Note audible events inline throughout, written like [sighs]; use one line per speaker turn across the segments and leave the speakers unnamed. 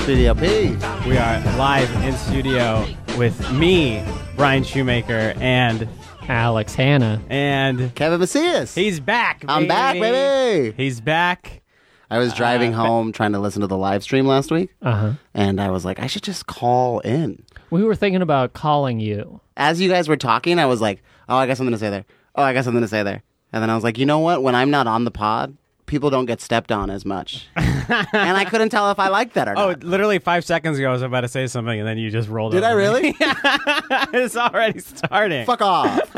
Studio P.
We are live in studio with me, Brian Shoemaker, and
Alex Hanna.
and
Kevin Macias.
he's back.
I'm back, baby.
He's back.
I
Uh,
was driving home trying to listen to the live stream last week,
Uh huh.
and I was like, I should just call in.
We were thinking about calling you.
As you guys were talking, I was like, oh, I got something to say there. Oh, I got something to say there. And then I was like, you know what? When I'm not on the pod, people don't get stepped on as
[laughs]
much. and I couldn't tell if I liked that or not.
Oh, literally five seconds ago, I was about to say something, and then you just rolled.
Did I
over me.
really?
[laughs] it's already starting.
Fuck off.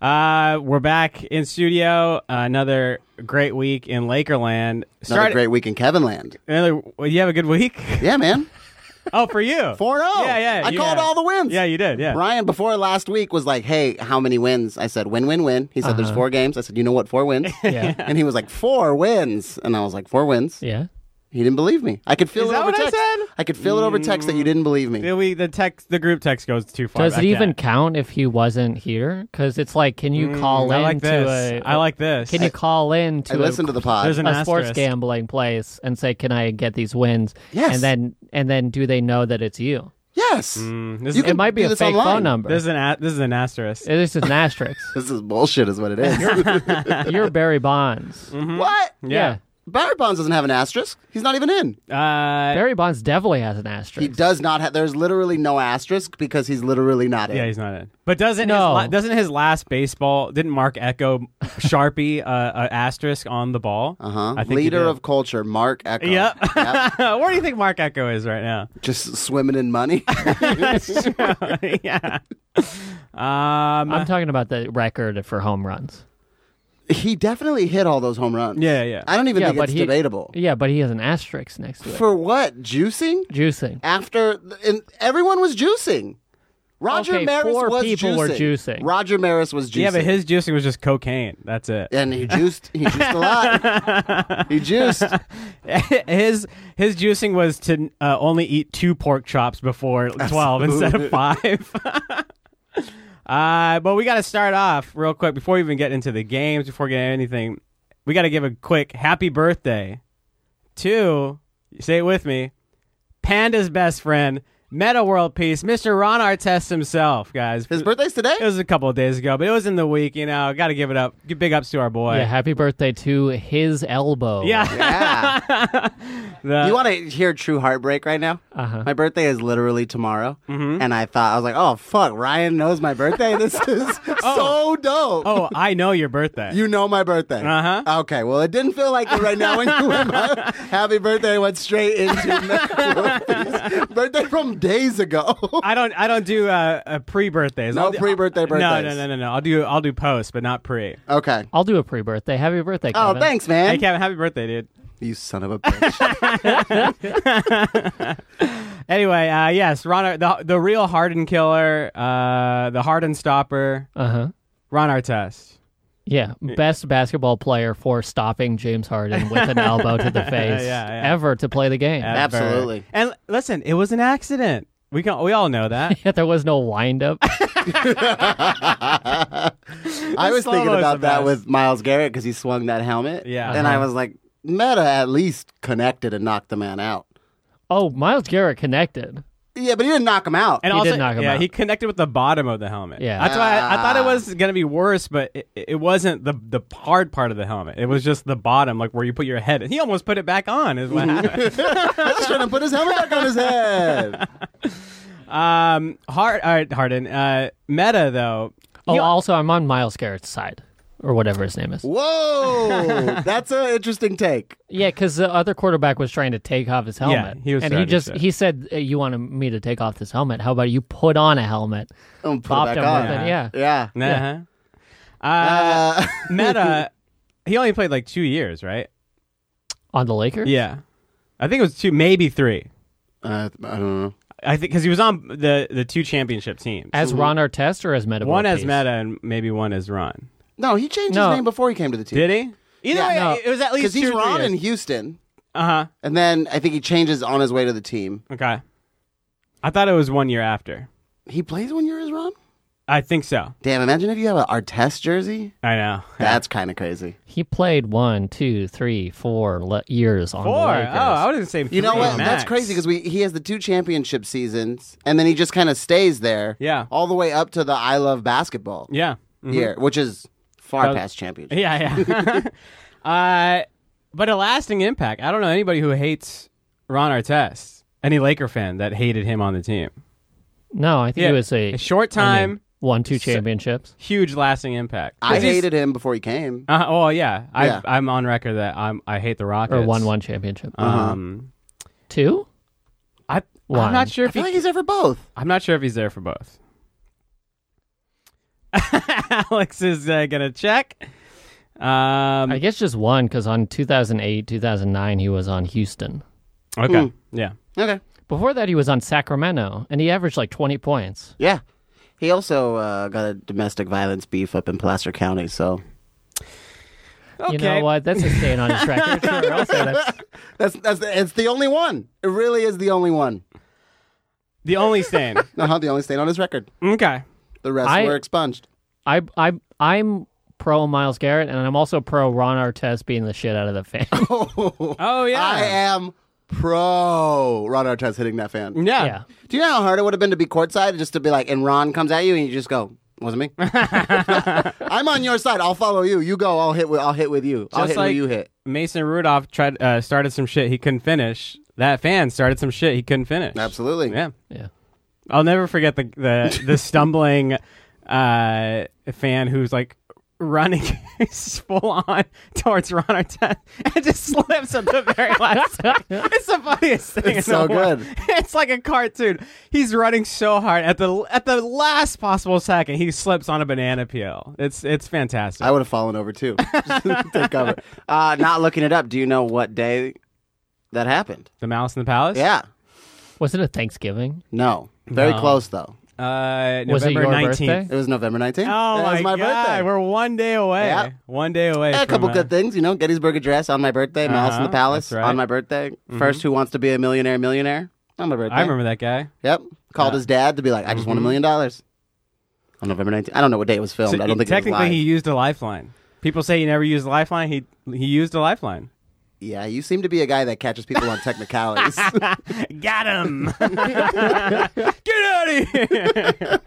Uh, we're back in studio. another great week in Lakerland.
Another
Start-
great week in Kevinland.
Another. well, You have a good week. [laughs]
Yeah, man.
Oh, for
[laughs]
you.
4 0.
Yeah, yeah.
I
you-
called
yeah.
all the wins.
Yeah, you did. Yeah.
[laughs] Brian before last week was like, "Hey, how many wins?" I said, "Win, win, win." He said,
Uh-huh.
"There's four games." I said, "You know what?
[laughs]
Four wins."
Yeah.
and he was like, four wins," and I was like, four wins."
Yeah.
He didn't believe me. I could feel
Is
it
that
over
what I
text.
said? Mm.
could feel it over text that you didn't believe me.
Yeah, we the text the group text goes too far.
Does
back
it even
yet.
count if he wasn't here? Because it's like, can
Mm,
you call
I
in
like
to
this.
a?
I like this.
Can you call in
I
to a,
listened to the pod.
There's an
a sports
asterisk.
gambling place and say, "Can I get these wins?"
Yes.
And then, and then, do they know that it's you?
yes,
Mm, this,
You
is,
can
It might be
do
a
this
fake
online.
phone number.
this is an a- this is an asterisk.
This is
[laughs]
an asterisk.
this is bullshit, is what it
[laughs]
is.
You're Barry Bonds.
[laughs] what?
Mm-hmm. yeah.
Barry Bonds doesn't have an asterisk. He's not even in.
Uh,
Barry Bonds definitely has an
He
asterisk.
does not have. There's literally no asterisk because he's literally not in.
yeah, he's not in. But doesn't
No.
his la- doesn't his last baseball didn't Mark Echo Sharpie uh, a asterisk on the ball?
uh huh.
I think he
Leader
did.
of culture, Mark Echo.
Yep. [laughs] Where do you think Mark Echo is right now? [laughs]
Just swimming in money. [laughs]
yeah. Um.
uh,
I'm talking about the record for home runs.
he definitely hit all those home runs.
yeah. Yeah.
I don't even
Yeah,
think
but
it's
he-
debatable.
Yeah, but he has an asterisk next to it.
For what? Juicing?
Juicing.
After and everyone was juicing. Roger
Okay,
Maris
four
was
people
juicing.
were juicing.
Roger Maris was juicing.
yeah, but his juicing was just cocaine. That's it.
and he juiced he juiced a lot.
[laughs]
he juiced.
his his juicing was to uh, only eat two pork chops before twelve instead
[laughs]
of five. [laughs] uh, but we got to start off real quick before we even get into the games, before we get into anything. We got to give a quick happy birthday to say it with me, Panda's best friend, Meta World Peace, Mister Ron Artest himself, guys.
His birthday's today?
it was a couple of days ago, but it was in the week. You know, got to give it up. Big ups to our boy.
Yeah, happy birthday to his elbow.
yeah.
Yeah.
[laughs] The-
you want to hear true heartbreak right now?
Uh-huh.
My birthday is literally tomorrow,
Mm-hmm.
and I thought I was like, "Oh fuck, Ryan knows my birthday. This is so
[laughs]
dope."
[laughs] oh, I know your birthday.
You know my birthday.
Uh-huh.
Okay. Well, it didn't feel like it right now when you
[laughs]
went my happy birthday I went straight into
[laughs]
birthday from days ago.
I don't. I don't do uh, uh, pre birthdays.
No pre-birthday
No,
birthdays.
no, no, no, no. I'll do. I'll do post, but not pre.
okay.
I'll do a pre birthday. Happy birthday,
Oh,
Kevin.
thanks, man.
Uh-huh. Hey, Kevin, happy birthday, dude.
You son of a bitch.
[laughs] Anyway, uh, yes, Ron, the the real Harden killer, uh, the Harden stopper,
Uh huh.
Ron Artest.
Yeah, best basketball player for stopping James Harden with an elbow to
[laughs]
the face
Yeah, yeah.
ever to play the game.
Ever.
[laughs] Yeah.
Absolutely.
And listen, it was an accident. We can. We all know
[laughs]
that.
there was no
[laughs]
windup.
I was
slow
thinking
mo's
about
the
that
best.
with Miles Garrett because he swung that helmet.
Yeah. Uh-huh.
And I was like, Meta at least connected and knocked the man out.
Oh, Miles Garrett connected.
Yeah, but he didn't knock him out.
And
He
also,
did knock him
yeah,
out.
he connected with the bottom of the helmet.
Yeah.
that's why I, I thought it
Ah.
was gonna be worse, but it, it wasn't the the hard part of the helmet. It was just the bottom, like where you put your head. He almost put it back on. Is
[laughs]
what happened.
I was trying to put his helmet back on
[laughs]
his head.
Um, hard, all right, Harden. Uh, Meta though.
Oh,
You-
also, I'm on Miles Garrett's side or whatever his name is.
Whoa. That's an interesting take.
Yeah, because the other quarterback was trying to take off his helmet.
he was
and he
trying to
just
say.
he said, "Uh, "You want me to take off this helmet? How about you put on a helmet?"
I'm put
Bopped
it back on.
him with it. Yeah.
Yeah.
Nah. Uh,
Uh, [laughs]
Meta. he only played like two years, right?
on the Lakers.
Yeah, I think it was two, maybe three.
uh, I don't know.
I think because he was on the the two championship teams.
as Ron Artest or as Meta.
one as
Ortiz?
Meta and maybe one as Ron.
No, he changed
No.
his name before he came to the team.
Did he? Either
Yeah,
way,
no.
it was at least
Because he's
two or three
Ron in
years.
Houston,
Uh
and then I think he changes on his way to the team.
huh. Okay. I thought it was one year after.
He plays when you're his Ron.
I think so.
Damn, imagine if you have an Artest jersey.
I know.
That's kind of crazy.
He played one, two, three, four le- years on
Four. Oh, [laughs]
the Lakers.
I would have said
You know
three
what?
max.
That's crazy because we he has the two championship seasons, and then he just kind of stays there.
Yeah.
all the way up to the I love basketball
yeah. Mhm.
year, which is far
That-
past championship.
Yeah, [laughs] yeah. uh, but a lasting impact. I don't know anybody who hates Ron Artest. Any Laker fan that hated him on the team.
No, I think
Yeah.
it was a,
A short
I
time,
mean, one, two
So-
championships.
huge lasting impact. 'Cause
I
he's-
hated him before he came.
Uh, oh yeah,
Yeah.
I, I'm on record that I'm I hate the Rockets.
Or one, one championship.
Uh-huh.
Um,
two?
I I'm
One.
not sure
I
if he,
feel like he's ever both.
I'm not sure if he's there for both. [laughs] Alex is uh, gonna check. Um,
I guess just one because on 2008, 2009, he was on Houston.
okay,
Mm.
yeah,
Okay,
Before that, he was on Sacramento, and he averaged like 20 points.
yeah. He also uh, got a domestic violence beef up in Placer County, so
okay.
You know what? That's a stain on his
[laughs]
record. Sure, I'll say that.
that's that's the, it's the only one. It really is the only one.
The only stain.
[laughs] Uh-huh, the only stain on his record.
okay.
The rest
I-
were expunged.
I, I, I'm pro Miles Garrett, and I'm also pro Ron Artest being the shit out of
[laughs]
the fan.
Oh yeah.
I am pro Ron Artest hitting that fan.
yeah.
yeah.
Do you know how hard it would have been to be courtside just to be like, and Ron comes at you and you just go,
[laughs]
wasn't me. I'm on your side. I'll follow you. You go. I'll hit. With, I'll hit with you. I'll
Just
hit
like-
where you hit.
Mason Rudolph tried uh, started some shit he couldn't finish. That fan started some shit he couldn't finish.
Absolutely.
Yeah.
Yeah.
I'll never forget the the, the stumbling uh, fan who's like running [laughs] full on towards Ron Artest and just slips at the very last second. It's the funniest thing.
It's
in the
so
world.
good.
It's like a cartoon. He's running so hard at the at the last possible second he slips on a banana peel. It's it's fantastic.
I would have fallen over too. [laughs] Take cover. Uh, not looking it up. Do you know what day that happened?
the Mouse in the Palace.
Yeah.
Was it a Thanksgiving?
No. Very
No.
close though.
Uh,
Was it
November
your
19th.
birthday?
It was November 19th.
Oh
it
my,
was my
god,
birthday.
we're one day away.
Yeah.
One day away.
Yeah, a
from,
couple
uh,
good things, you know. Gettysburg Address on my birthday, Mouse in
Uh-huh,
the Palace
that's right. Mm-hmm.
on my birthday. First, Who Wants to Be a Millionaire? Millionaire on my birthday.
I remember that guy.
Yep. Called his dad to be like, I just want a million dollars on November 19th. I don't know what day it was filmed.
So
I don't think
technically
it was live.
he used a lifeline. People say he never used a lifeline. He he used a lifeline.
Yeah, you seem to be a guy that catches people
[laughs]
on technicalities. [laughs]
Got him. [laughs] Get out of here.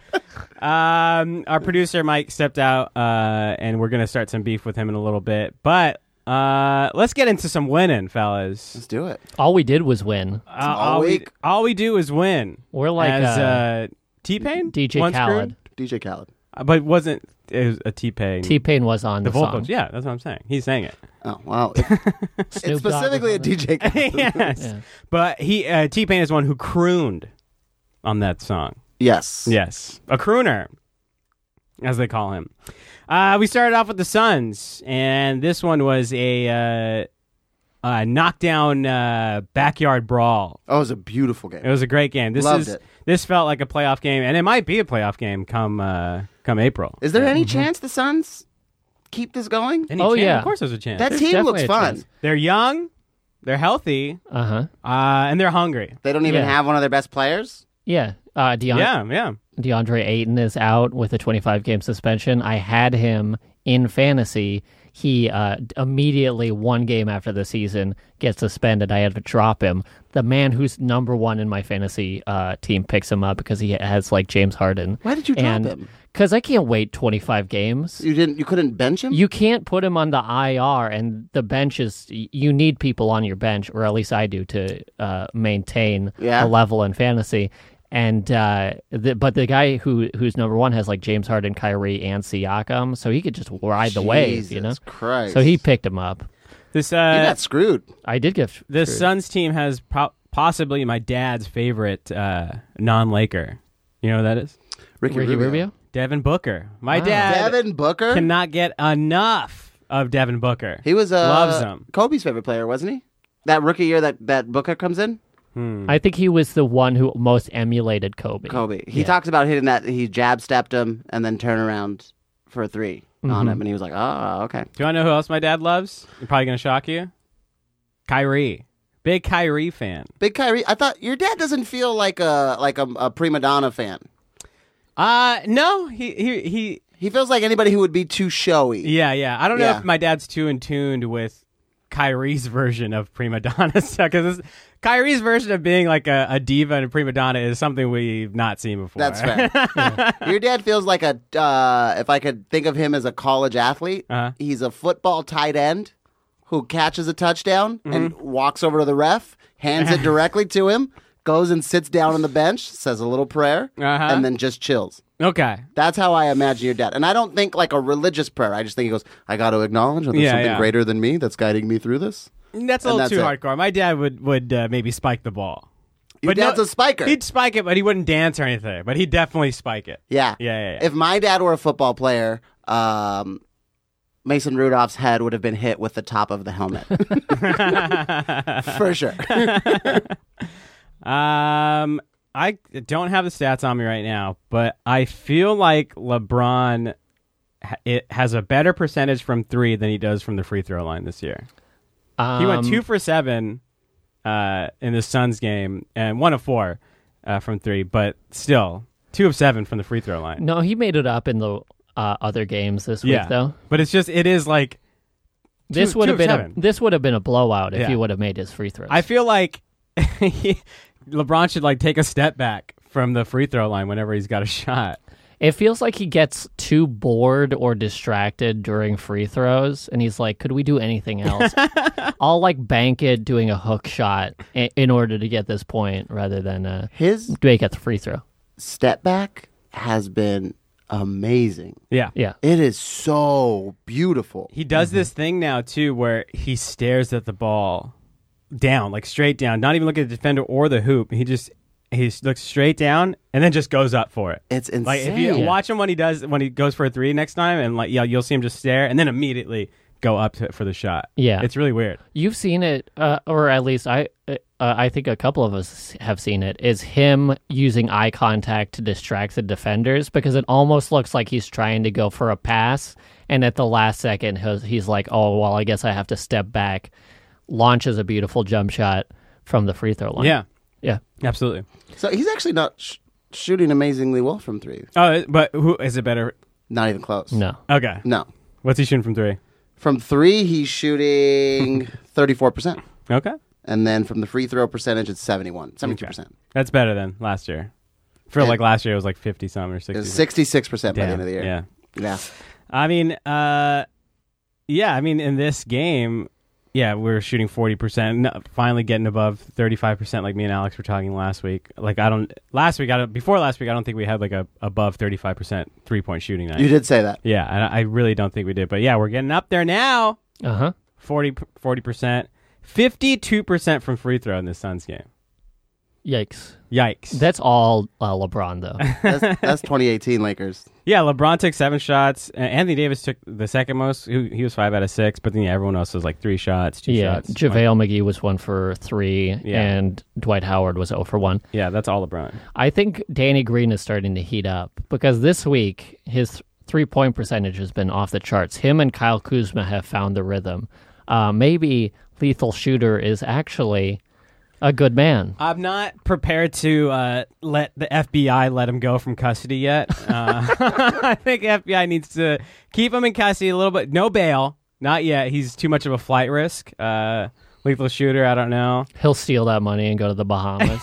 um, our producer Mike stepped out, uh, and we're gonna start some beef with him in a little bit. But uh, let's get into some winning, fellas.
Let's do it.
All we did was win.
Uh, all we
week.
all we do is win.
We're like
as
uh,
uh, T Pain,
DJ Khaled.
DJ Khaled.
Uh, but it wasn't it was a T Pain?
T Pain was on
the
the,
vocals.
song.
Yeah, that's what I'm saying. He sang
[laughs]
it.
Oh, wow. It- it's
Snoop Dogg was
specifically a
on it.
DJ
[laughs]
Khaled.
yes.
Yeah.
[laughs] But he uh, T Pain is one who crooned on that song.
yes.
Yes, a crooner, as they call him. Uh, we started off with the Suns, and this one was a uh, uh, knockdown uh, backyard brawl.
Oh, it was a beautiful game.
It was a great game. This
Loved
is
it.
this felt like a playoff game, and it might be a playoff game come uh, come April.
Is there any chance the Suns keep this going?
Any
Oh,
chance?
Mm-hmm. yeah.
of course there's a chance.
That
There's
team
definitely
looks
a
fun.
chance.
they're young, they're healthy,
Uh huh.
uh, and they're hungry.
They don't even
Yeah.
have one of their best players.
Yeah. Uh, Deon-
Yeah, yeah.
DeAndre Ayton is out with a 25 game suspension. I had him in fantasy. He uh, d- immediately, one game after the season, gets suspended. I had to drop him. The man who's number one in my fantasy uh, team picks him up because he has like James Harden.
Why did you drop him?
Because I can't wait 25 games.
You didn't. You couldn't bench him.
[laughs] You can't put him on the IR, and the bench is. y- You need people on your bench, or at least I do, to uh, maintain
Yeah.
a level in fantasy. And uh, the, but the guy who who's number one has like James Harden, Kyrie, and Siakam, so he could just ride the wave, you know.
Jesus Christ.
So he picked him up.
This
You
uh,
got screwed.
I did get f-
The
screwed.
Suns team has po- possibly my dad's favorite uh, non-Laker. You know who that is?
Ricky,
Ricky Rubio.
Devin Booker. My
Wow.
dad
Devin Booker.
cannot get enough of Devin Booker.
He was uh,
Loves him.
Kobe's favorite player, wasn't he? That rookie year that, that Booker comes in,
Hmm.
I think he was the one who most emulated Kobe.
Kobe. He talks about hitting that he jab stepped him and then turn around for a 3 on
Mm-hmm.
him, and he was like, "Oh, okay."
Do you want to know who else my dad loves? You're probably going to shock you. Kyrie. Big Kyrie fan.
Big Kyrie. I thought your dad doesn't feel like a like a, a prima donna fan.
Uh, no, he he he.
He feels like anybody who would be too showy.
Yeah, yeah. I don't know
Yeah.
if my dad's too in tuned with Kyrie's [laughs] version of prima donna because Kyrie's version of being like a, a diva and a prima donna is something we've not seen before.
That's fair. Your dad feels like a. Uh, if I could think of him as a college athlete,
Uh-huh.
he's a football tight end who catches a touchdown
Mm-hmm.
and walks over to the ref, hands
[laughs]
it directly to him, goes and sits down on the bench, says a little prayer,
Uh-huh.
and then just chills.
[laughs] okay.
That's how I imagine your dad. And I don't think like a religious prayer. I just think he goes, I got to acknowledge that there's
Yeah,
something
yeah.
greater than me that's guiding me through this.
That's a little
And that's
too
it.
hardcore. My dad would would uh, maybe spike the ball.
Your
But
dad's
no-
a spiker.
He'd spike it, but he wouldn't dance or anything. But he'd definitely spike it.
Yeah.
Yeah, yeah, yeah.
If my dad were a football player, um, Mason Rudolph's head would have been hit with the top of
[laughs]
the helmet. For sure.
Um, I don't have the stats on me right now, but I feel like LeBron ha- it has a better percentage from three than he does from the free throw line this year.
Um,
He went two for seven uh, in the Suns game and one of four uh, from three, but still two of seven from the free throw line.
No, he made it up in the uh, other games this
yeah,
week, though.
but it's just it is like
This
Two-
would
two
have
of
been a,
seven.
this would have been a blowout if
Yeah.
he would have made his free throws.
I feel like [laughs] he, LeBron should like take a step back from the free throw line whenever he's got a shot.
It feels like he gets too bored or distracted during free throws, and he's like, "Could we do
[laughs]
anything else? I'll like bank it doing a hook shot in, in order to get this point, rather than uh,
His
make it the free throw."
step back has been amazing.
Yeah,
Yeah, Mm-hmm.
It is so beautiful.
He does this thing now too, where he stares at the ball down, like straight down, not even looking at the defender or the hoop. He just he s- looks straight down and then just goes up for it.
It's insane.
Like if you
Yeah.
watch him when he does when he goes for a three next time, and like yeah, you'll see him just stare and then immediately go up to, for the shot.
Yeah.
it's really weird.
you've seen it, uh, or at least I, uh, I think a couple of us have seen it. Is him using eye contact to distract the defenders because it almost looks like he's trying to go for a pass, and at the last second he's, he's like, "Oh well, I guess I have to step back." Launches a beautiful jump shot from the free throw line.
Yeah,
yeah.
absolutely.
so he's actually not sh- shooting amazingly well from three.
Oh, but who is it better?
Not even close.
No.
Okay,
No.
what's he shooting from three?
From three, he's shooting [laughs] 34%.
Okay,
And then from the free throw percentage, it's 71, 72%.
that's better than last year. For
Yeah.
like last year, it was like fifty some or
It
sixty.
was 66% by the end of the year.
Yeah.
yeah.
I mean, uh, yeah, I mean, in this game, yeah, we were shooting 40%, n- finally getting above 35%, like me and Alex were talking last week. Like, I don't, last week, I don't, before last week, I don't think we had like a above 35% three point shooting night.
You did
[laughs]
say that.
Yeah, and I, I really don't think we did. But yeah, we're getting up there now
Uh huh.
40, 40%, 52% from free throw in this Suns game.
Yikes.
Yikes.
That's all uh, LeBron though.
That's, that's 2018
[laughs]
Lakers.
yeah, LeBron took seven shots. A- Anthony Davis took the second most. He, he was five out of six. But then, yeah, everyone else was like three shots, [laughs] two
yeah.
shots.
JaVale McGee was one for three,
Yeah.
and Dwight Howard was 0 for one.
Yeah, that's all LeBron.
I think Danny Green is starting to heat up because this week his three point percentage has been off the charts. Him and Kyle Kuzma have found the rhythm. Uh, maybe Lethal Shooter is actually a good man.
I'm not prepared to uh, let the FBI let him go from custody yet. Uh, [laughs] I think FBI needs to keep him in custody a little bit. No bail, not yet. He's too much of a flight risk. Uh, lethal shooter, I don't know.
He'll steal that money and go to the Bahamas.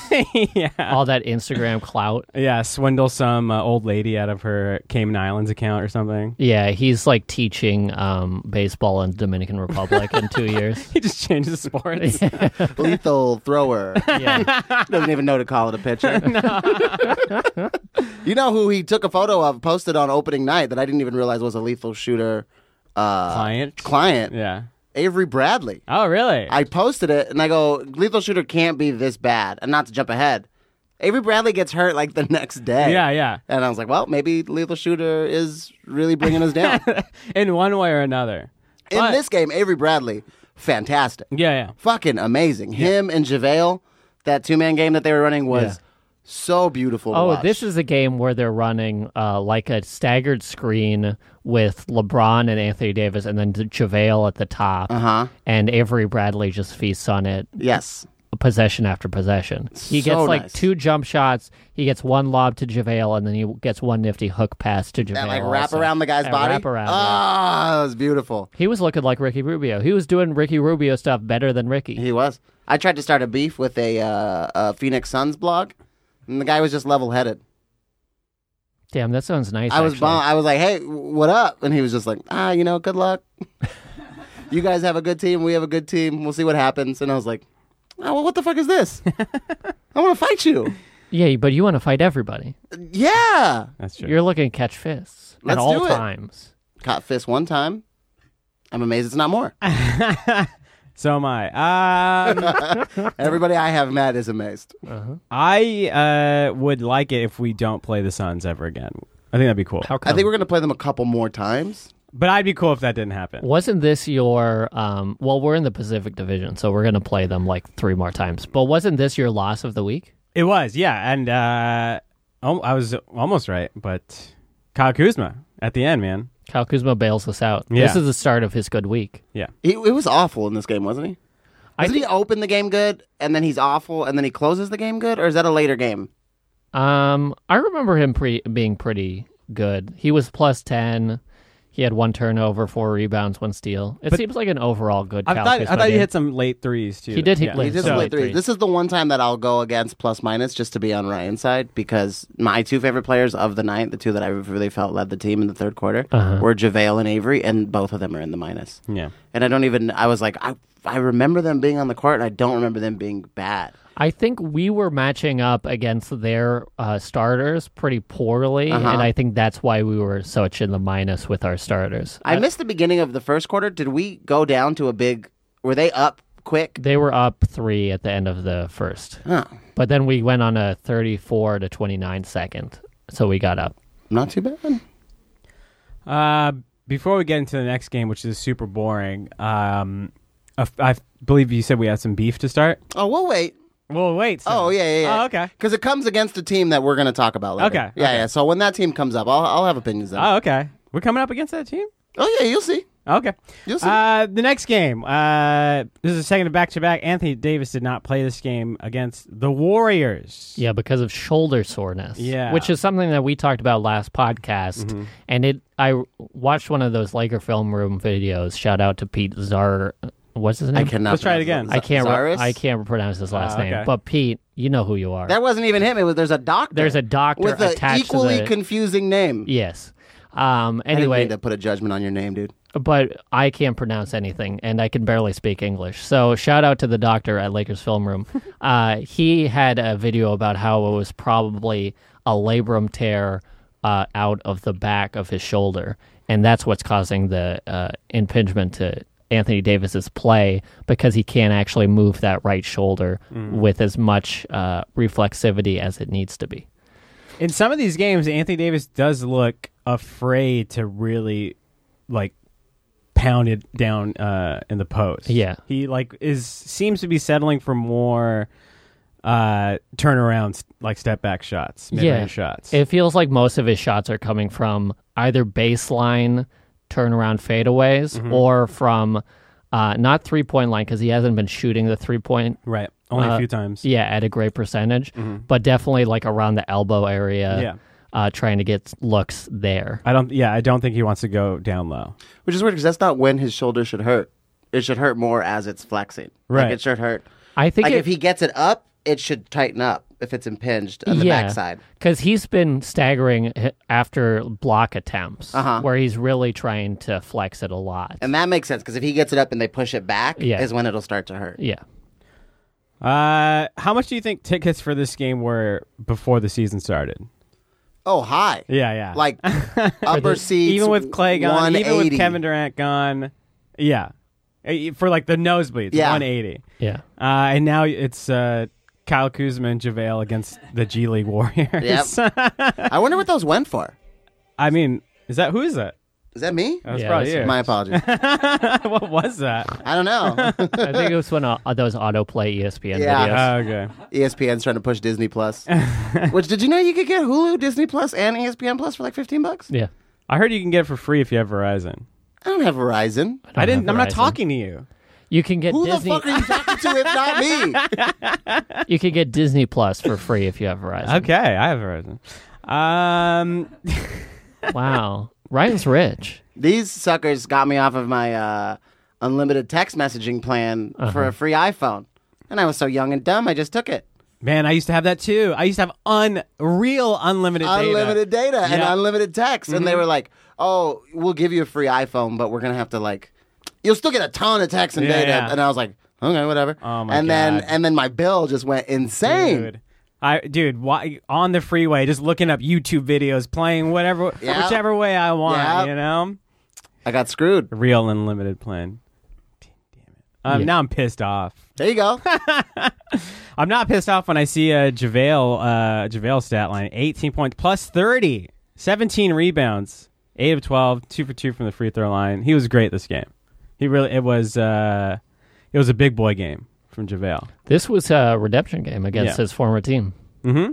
yeah,
All that Instagram clout.
yeah. Swindle some uh, old lady out of her Cayman Islands account or something. [laughs]
Yeah, he's like teaching um, baseball in Dominican Republic in two years.
He just changes sports.
Lethal thrower.
Yeah.
[laughs] Doesn't even know to call it
[laughs]
a pitcher. [laughs] you know who he took a photo of, posted on opening night that I didn't even realize was a lethal shooter uh,
Client?
client,
yeah.
Avery Bradley.
Oh, really?
I posted it and I go, lethal shooter can't be this bad. And not to jump ahead, Avery Bradley gets hurt like the next day.
yeah, yeah.
And I was like, well, maybe lethal shooter is really bringing
[laughs]
us down.
In one way or another.
In
But-
this game, Avery Bradley, fantastic.
Yeah, yeah.
fucking amazing. Him and JaVale, that two man game that they were running was so beautiful. to
Oh,
watch.
this is a game where they're running uh, like a staggered screen with LeBron and Anthony Davis, and then JaVale at the top,
Uh huh.
and Avery Bradley just feasts on it.
Yes.
possession after possession. He
So
gets like
nice.
two jump shots. He gets one lob to JaVale, and then he gets one nifty hook pass to JaVale.
That like wrap
also.
around the guy's
That
body.
Wrap around. yeah.
Ah, that was beautiful.
He was looking like Ricky Rubio. He was doing Ricky Rubio stuff better than Ricky.
He was. I tried to start a beef with a, uh, a Phoenix Suns blog, and the guy was just level headed.
Damn, that sounds nice.
I was
actually.
bum- I was like, "Hey, what up?" And he was just like, "Ah, you know, good
[laughs]
luck. you guys have a good team. We have a good team. We'll see what happens." And I was like, "Oh, well, what the fuck is
[laughs]
this? I want to fight you."
Yeah, but you want to fight everybody.
Yeah,
That's true.
You're looking to catch fists at
Let's
all
do it.
times.
caught fist one time. I'm amazed it's not [laughs] more.
so am I. Um,
Everybody I have met is amazed.
I uh, would like it if we don't play the Suns ever again. I think that'd be cool.
How
I
come?
think we're gonna play them a couple more times.
But I'd be cool if that didn't happen.
wasn't this your um well we're in the Pacific Division, so we're gonna play them like three more times. But wasn't this your loss of the week?
It was, yeah. And uh, al- I was almost right, but Kyle Kuzma at the end, man.
Kyle Kuzma bails us out. This
Yeah.
is the start of his good week.
Yeah.
He, he was awful in this game, wasn't he?
I
Doesn't he open the game good, and then he's awful, and then he closes the game good, or is that a later game?
Um I remember him pre- being pretty good. He was plus ten. He had one turnover, four rebounds, one steal. It seems like an overall good
I
Kyle
thought,
Kuzma
I thought you
game.
hit some late threes, too.
He did hit
yeah.
late
He did
So-
play three.
three.
This is the one time that I'll go against plus minus just to be on Ryan's side because my two favorite players of the night, the two that I really felt led the team in the third quarter, were JaVale and Avery, and both of them are in the minus.
Yeah.
And I don't even, I was like, I, I remember them being on the court, and I don't remember them being bad.
I think we were matching up against their uh, starters pretty poorly,
Uh-huh.
and I think that's why we were such in the minus with our starters.
I missed the beginning of the first quarter. Did we go down to a big, were they up quick?
They were up three at the end of the first,
Huh.
but then we went on a 34 to 29 second, so we got up.
Not too bad.
Uh, before we get into the next game, which is super boring, um, I f- I f- believe you said we had some beef to start.
Oh, we'll wait.
Well, wait. so-
Oh, yeah, yeah, yeah.
Oh, okay.
Because it comes against a team that we're going to talk about later.
Okay,
Yeah,
okay.
yeah. So when that team comes up, I'll, I'll have opinions then.
Oh, okay. We're coming up against that team?
oh, yeah, you'll see.
Okay.
You'll see.
Uh, the next game. Uh, this is a second back to back. Anthony Davis did not play this game against the Warriors.
Yeah, because of shoulder soreness.
Yeah.
which is something that we talked about last podcast, and it. I watched one of those Laker film room videos. Shout out to Pete Czar. What's his
I
name?
cannot.
Let's try it
pronounce
again.
I can't. re-
Zaris?
I can't pronounce his last
Ah, okay.
name. But Pete, you know who you are.
That wasn't even him. It was there's a doctor.
There's a doctor
with an
attached
equally
to the.
confusing name.
yes. Um.
I didn't
Anyway,
mean to put a judgment on your name, dude.
but I can't pronounce anything, and I can barely speak English. So shout out to the doctor at Lakers film room. uh, he had a video about how it was probably a labrum tear uh, out of the back of his shoulder, and that's what's causing the uh, impingement to Anthony Davis's play because he can't actually move that right shoulder with as much uh, reflexivity as it needs to be.
In some of these games, Anthony Davis does look afraid to really, like, pound it down uh, in the post.
Yeah.
He like is seems to be settling for more uh turnarounds like step back shots mid range shots
It feels like most of his shots are coming from either baseline turnaround fadeaways or from uh, not three point line because he hasn't been shooting the three point.
right only a
uh,
few times
Yeah, at a great percentage, but definitely like around the elbow area.
Yeah.
Uh, trying to get looks there.
i don't yeah i don't think he wants to go down low
Which is weird because that's not when his shoulder should hurt. It should hurt more as it's flexing.
Right.
Like it should hurt.
I think
Like
it-
if he gets it up, it should tighten up if it's impinged on the backside.
Because he's been staggering h- after block attempts, where he's really trying to flex it a lot.
Uh-huh. And that makes sense because if he gets it up and they push it back,
Yeah.
is when it'll start to hurt.
yeah.
Uh, how much do you think tickets for this game were before the season started?
Oh, hi.
Yeah, yeah. [laughs]
Like upper seats.
even with Clay gone, even with
180.
Kevin Durant gone, yeah, Eh, for like the nosebleeds,
Yeah.
one eighty.
Yeah.
Uh, and now it's uh, Kyle Kuzma and JaVale against the G League Warriors.
[laughs] I wonder what those went for.
[laughs] I mean, is that who is that?
Is that me?
That's
Yeah,
probably
that's-
you.
My apologies.
[laughs] what was that?
I don't know. [laughs]
I think it was when uh, those autoplay ESPN
Yeah.
videos.
Oh, okay.
ESPN's trying to push
[laughs]
Disney Plus. Which did you know you could get Hulu, Disney Plus, and E ESPN Plus for like fifteen bucks?
Yeah.
I heard you can get it for free if you have Verizon.
I don't have Verizon.
I, didn't.
have
I'm not
Verizon.
talking to you.
You can get
Who
Disney.
the fuck are you talking to if not me?
you can get Disney Plus for free if you have Verizon.
Okay, I have Verizon. Um,
Wow, Ryan's rich.
[laughs] These suckers got me off of my uh, unlimited text messaging plan
Uh-huh.
for a free iPhone. And I was so young and dumb, I just took it.
man, I used to have that too. I used to have unreal unlimited data.
unlimited data, and
Yeah.
unlimited text. And they were like, "Oh, we'll give you a free iPhone, but we're gonna have to like, you'll still get a ton of text and
Yeah,
data."
yeah.
And I was like, "Okay, whatever."
Oh, my
and then
God.
and then my bill just went insane.
dude. I dude, why on the freeway just looking up YouTube videos, playing whatever,
Yeah.
whichever way I want,
Yeah.
you know.
I got screwed.
Real unlimited plan. Damn it! Um,
Yeah.
Now I'm pissed off.
There
[laughs]
you go.
I'm not pissed off when I see a JaVale, uh, JaVale stat line 18 points plus 30, 17 rebounds, 8 of 12, 2 for 2 from the free throw line. He was great this game. He really, it was, uh, it was a big boy game from JaVale.
This was a redemption game against
Yeah.
his former team.
Mm-hmm.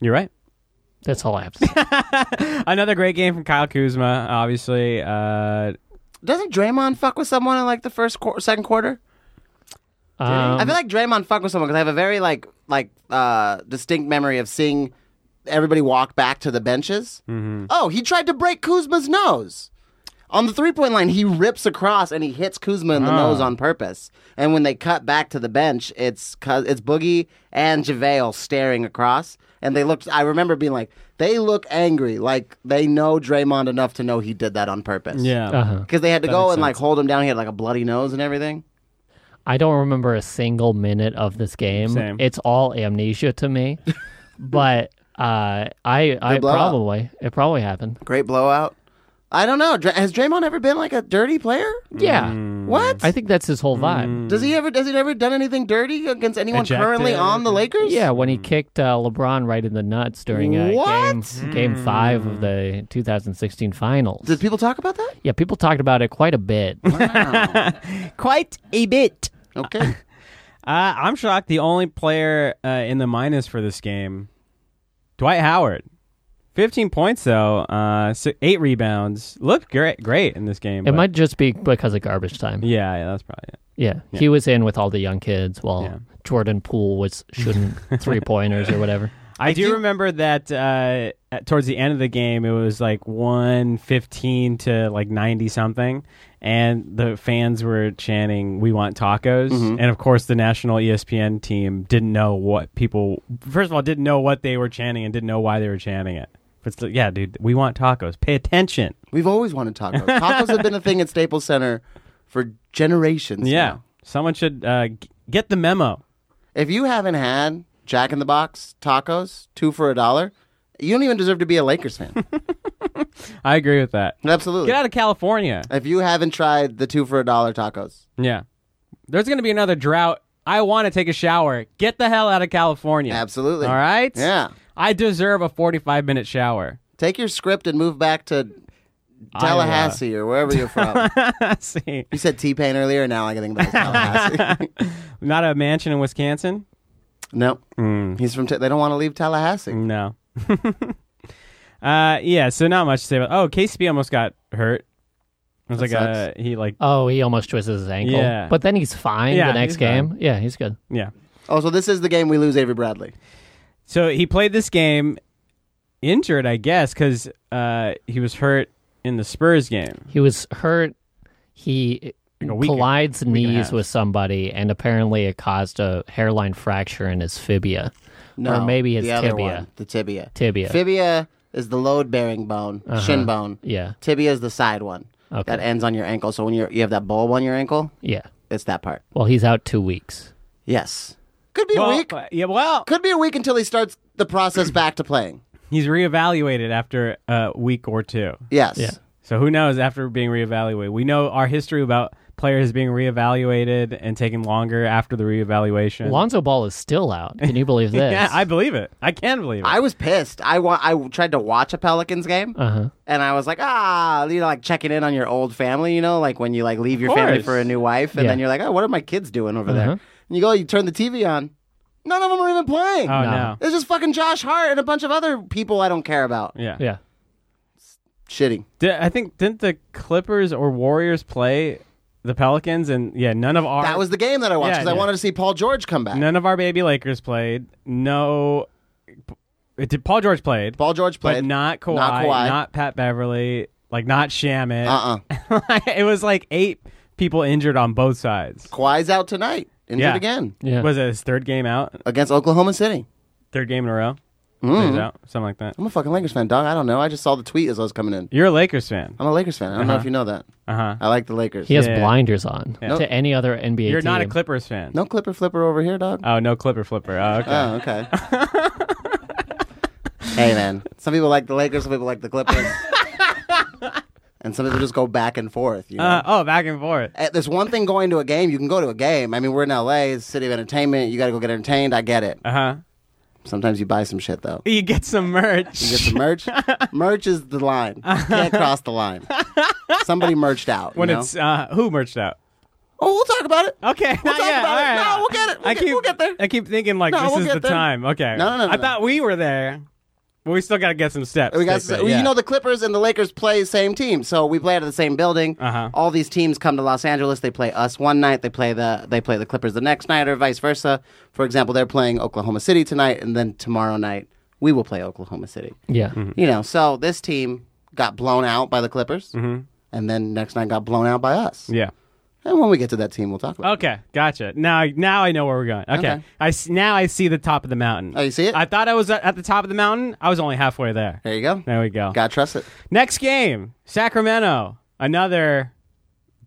You're right.
That's all I have to
[laughs]
say.
Another great game from Kyle Kuzma, obviously. Uh,
Doesn't Draymond fuck with someone in like the first quar second quarter? I
Um,
feel like Draymond fucked with someone because I have a very like like uh, distinct memory of seeing everybody walk back to the benches.
Mm-hmm.
Oh, he tried to break Kuzma's nose on the three point line. He rips across and he hits Kuzma in the
Ah.
nose on purpose. And when they cut back to the bench, it's Cuz- it's Boogie and JaVale staring across. And they looked. I remember being like, they look angry, like they know Draymond enough to know he did that on purpose.
yeah.
uh-huh.
because they had to go
makes
and like hold him down. He had like a bloody nose and everything.
I don't remember a single minute of this game.
Same.
It's all amnesia
[laughs]
to me. but uh, I, I
blow up.
probably it probably happened.
Great blowout. I don't know. Dra- Has Draymond ever been like a dirty player?
Mm.
Yeah,
What?
I think that's his whole vibe.
does he ever? Does he ever done anything dirty against anyone
Ejected.
currently on the Lakers?
Yeah, when he kicked uh, LeBron right in the nuts during uh, game
What?
game five
Mm.
of the 2016 finals.
Did people talk about that?
yeah, people talked about it quite a bit.
Wow.
Quite a bit.
[laughs] okay.
Uh, I'm shocked. The only player uh, in the minus for this game, Dwight Howard, 15 points though, uh, si eight rebounds. Looked great, great in this game.
It
but-
might just be because of garbage time. Yeah.
Yeah, yeah, that's probably it.
He was in with all the young kids while
Yeah.
Jordan
[laughs]
Poole was shooting three pointers or whatever.
I, do
do-
remember that uh, at, towards the end of the game, it was like 115 to like 90 something, and the fans were chanting, We want tacos. And of course, the national E ESPN team didn't know what people, first of all, didn't know what they were chanting and didn't know why they were chanting it. But still, yeah, dude, we want tacos. Pay attention.
We've always
[laughs]
wanted tacos. Tacos have been a thing at Staples Center for generations.
Yeah.
now.
Someone should uh, g- get the memo.
If you haven't had Jack in the Box tacos, two for a dollar, you don't even deserve to be a Lakers
[laughs]
fan.
I agree with that.
Absolutely.
Get out of California.
If you haven't tried the two for a dollar tacos,
Yeah. There's going to be another drought. I want to take a shower. Get the hell out of California.
Absolutely.
All right?
Yeah.
I deserve a 45 minute shower. [laughs]
take your script and move back to
uh,
Iowa.
Tallahassee or wherever you're from.
[laughs]
See,
You said T Pain earlier, and now I can think about it. Tallahassee.
not a mansion in Wisconsin?
no,
Mm.
he's from. Ta- they don't want to leave Tallahassee.
No. [laughs] uh, yeah, so not much to say about Oh, KCP almost got hurt. It was
That
like a, he like,
Oh, he almost twists his ankle.
Yeah.
But then he's fine
Yeah,
the next
he's fine.
game. Yeah, he's good.
yeah.
Oh, so this is the game we lose Avery Bradley.
So he played this game injured, I guess, because uh, he was hurt in the Spurs game.
He was hurt. He
Like a week-
collides
and a
knees
half.
with somebody, and apparently it caused a hairline fracture in his fibia.
No,
Or maybe his
the other
tibia.
one, the tibia.
Tibia. Uh-huh.
Fibia is the load-bearing bone, shin bone.
yeah.
Tibia is the side one
Okay.
that ends on your ankle. So when you you have that bulb on your ankle,
Yeah.
it's that part.
Well, he's out two weeks.
Yes, could be a
Well,
week.
uh, yeah, well,
Could be a week until he starts the
[clears throat]
process back to playing.
He's reevaluated after a week or two.
Yes.
Yeah.
So who knows after being reevaluated? We know our history about players being reevaluated and taking longer after the reevaluation.
Lonzo Ball is still out. Can you believe
[laughs]
this?
yeah, I believe it. I can believe it.
I was pissed. I wa- I tried to watch a Pelicans game,
Uh.
Uh-huh.
and I was like, ah, you know, like checking in on your old family, you know, like when you like leave your family
course.
for a new wife, and
Yeah.
then you're like, oh, what are my kids doing over there?
Uh-huh.
And you go, you turn the TV on, none of them are even playing.
oh
No.
no.
It's just fucking Josh Hart and a bunch of other people I don't care about.
Yeah.
Yeah.
Shitty.
Di- I think didn't the Clippers or Warriors play the Pelicans, and yeah, none of our
That was the game that I watched
Yeah,
because I
yeah.
wanted to see Paul George come back.
none of our baby Lakers played. No, it did, Paul George played,
Paul George played.
but not Kawhi,
Not Kawhi.
not Pat Beverly, like not Shamit.
uh uh
[laughs] it was like eight people injured on both sides.
Kawhi's out tonight. Injured
Yeah.
again
Yeah.
Was it his third game out?
against Oklahoma City.
Third game in a row?
Mm-hmm.
He was out, something like that.
I'm a fucking Lakers fan, dog. I don't know. I just saw the tweet as I was coming in.
You're a Lakers fan.
I'm a Lakers fan. I don't know if you know that.
Uh huh.
I like the Lakers.
he has
Yeah.
blinders on to any other NBA
You're
team.
not a Clippers fan.
No clipper flipper over here, dog.
Oh, no Clipper Flipper. Oh, okay.
Oh, okay.
[laughs]
hey, man. Some people like the Lakers. Some people like the Clippers. and some people just go back and forth. You know.
Uh, oh, back and forth.
Uh, There's one thing going to a game. You can go to a game. I mean, we're in LA, it's a city of entertainment. You got to go get entertained. I get it.
Uh huh.
Sometimes you buy some
[laughs]
shit though.
You get some merch.
You get some merch. merch is the line. You
[laughs]
can't cross the line. Somebody merched out. you
when
know?
it's uh, who merched out.
oh, we'll talk about it.
Okay,
We'll
not
talk
yet.
about
All
it.
right.
No, we'll get it. We'll
I
get-
keep,
we'll get there.
I keep thinking like
No,
this
we'll
is
get
the
there.
time. Okay.
No, no, no, no,
I
no.
thought we were there, but we still got to get some steps.
We got
Take that.
well,
Yeah.
you know the Clippers and the Lakers play same team, so we play out of the same building.
Uh-huh.
All these teams come to Los Angeles. They play us one night. They play the they play the Clippers the next night, or vice versa. For example, they're playing Oklahoma City tonight, and then tomorrow night we will play Oklahoma City.
yeah.
You know, so this team got blown out by the Clippers, and then next night got blown out by us.
Mm-hmm. yeah.
And when we get to that team, we'll talk about. it.
Okay, gotcha. Now, now I know where we're going. Okay,
Okay.
I s- now I see the top of the mountain.
Oh, you see it?
I thought I was at at the top of the mountain. I was only halfway there.
There you go.
There we go.
Gotta trust it.
Next game, Sacramento. Another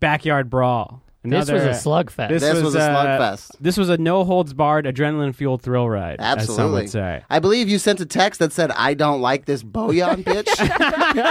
backyard brawl.
This was
Another-
a slugfest.
This was a
uh,
slugfest.
This was a no holds barred adrenaline fueled thrill ride. As some
Absolutely.
would
[laughs]
say.
I believe you sent a text that said, "I don't like
[laughs]
this Bojan bitch,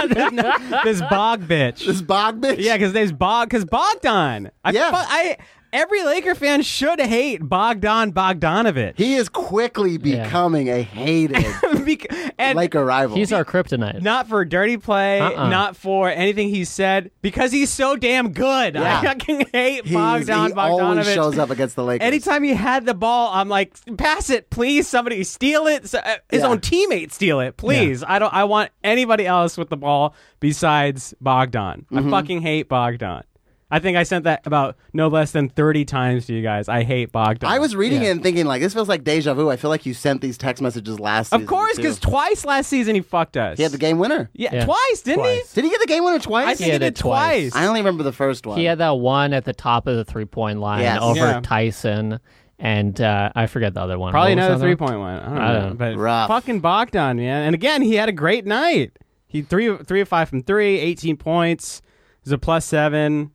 [laughs]
this bog bitch.
this Bog bitch."
Yeah, because there's bog. Because Bogdan. I,
Yeah.
fu- I every Laker fan should hate Bogdan Bogdanovich.
He is quickly becoming
[laughs]
a hated
Bec- and
Laker rival.
He's our kryptonite.
not for dirty play,
Uh-uh.
not for anything he said, because he's so damn good. [laughs]
Yeah.
I fucking hate
He's-
Bogdan
he always
Bogdanovich.
shows up against the Lakers.
Anytime he had the ball, I'm like, pass it, please. Somebody steal it. So- uh, His
Yeah.
own teammate steal it, please. I don't. I want anybody else with the ball besides Bogdan.
Mm-hmm.
I fucking hate Bogdan. I think I sent that about no less than thirty times to you guys. I hate Bogdan.
I was reading it and thinking, like, this feels like deja vu. I feel like you sent these text messages last.
of course, because twice last season he fucked us.
he had the game winner.
Yeah,
Yeah.
twice didn't
Twice.
he?
Did he get the game winner twice?
I think he
had
did
it twice.
twice.
I only remember the first one.
He had that one at the top of the three point line
Yes.
over
Yeah.
Tyson, and uh, I forget the other one.
Probably
What was
another
the other
three point one. I don't know.
I don't know.
But
Rough.
fucking Bogdan, man. And again, he had a great night. He three three of five from three, 18 points. He's a plus seven.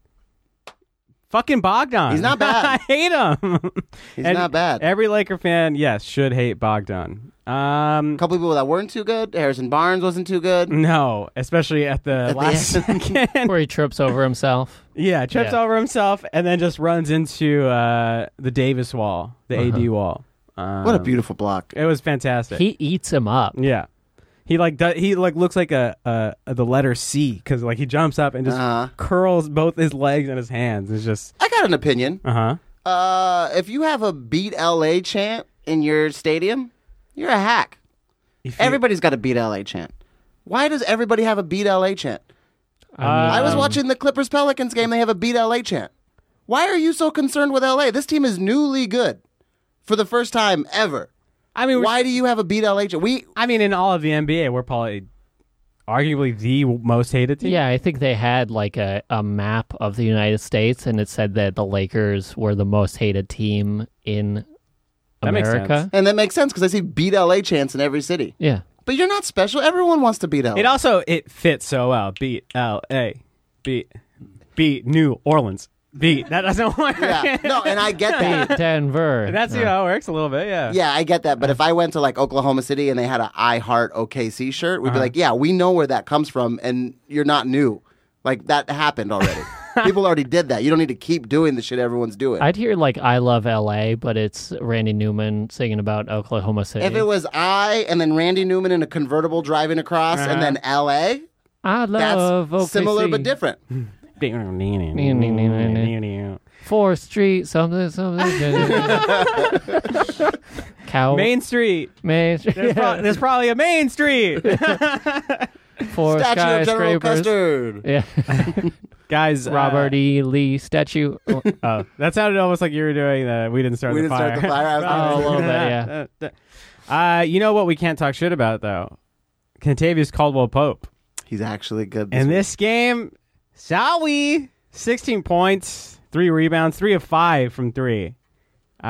Fucking Bogdan. [laughs]
He's not bad.
I hate him.
He's
And
not bad.
Every Laker fan, yes, should hate Bogdan. Um
a couple people that weren't too good. Harrison Barnes wasn't too good.
no, especially at the
the
Mm, last
end.
second.
one? Where he trips over himself.
[laughs] yeah, trips
Yeah.
over himself and then just runs into uh, the Davis wall, the
Uh-huh.
AD wall. Um,
What a beautiful block.
It was fantastic.
He eats him up.
Yeah. He like do, he like looks like a, a, a the letter C because like he jumps up and just
Uh-huh.
curls both his legs and his hands. It's just
I got an opinion.
uh huh.
Uh, if you have a beat LA chant in your stadium, you're a hack. Everybody's got a beat LA chant. Why does everybody have a beat LA chant?
Uh,
I
Um,
was watching the Clippers Pelicans game. They have a beat LA chant. Why are you so concerned with LA? This team is newly good for the first time ever.
I mean, we're-
Why do you have a beat LA chant? We
I mean, in all of the NBA, we're probably arguably the most hated team.
Yeah, I think they had like a, a map of the United States, and it said that the Lakers were the most hated team in
That makes
America.
sense.
and that makes sense because I see beat LA chants in every city.
[laughs]
Yeah,
But you're not special. Everyone wants to beat LA.
It also it fits so well. Beat L A, beat beat New Orleans. Beat that doesn't [laughs] work.
yeah. No, and I get
[laughs]
that.
Denver.
[laughs] That's you know, how it works a little bit. Yeah.
Yeah, I get that. But if I went to like Oklahoma City and they had a I Heart OKC shirt,
Uh-huh.
we'd be like, yeah, we know where that comes from, and you're not new. Like that happened
[laughs]
already. People already did that. You don't need to keep doing the shit everyone's doing.
I'd hear like "I Love L.A.," but it's Randy Newman singing about Oklahoma City.
If it was I and then Randy Newman in a convertible driving across
Uh-huh.
and then LA,
I
that's
love OKC.
similar but different.
mm,
Fourth Street,
[laughs]
something, something. Cow
Main Street.
Main
[laughs]
Street.
There's, pro- there's probably a Main Street.
for
Statue of General
skyscrapers.
Custard.
[laughs]
Yeah,
Guys, uh,
Robert E.
[laughs]
Lee statue. Oh,
Oh, that sounded almost like you were doing the we didn't start
We
the
didn't
fire.
start the fire. I was
[laughs]
Oh, a little bit, yeah.
Uh, you know what we can't talk shit about though? Contavious Caldwell Pope.
He's actually good.
In
week.
this game, Sawi, 16 points, 3 rebounds, 3 of 5 from 3. Uh,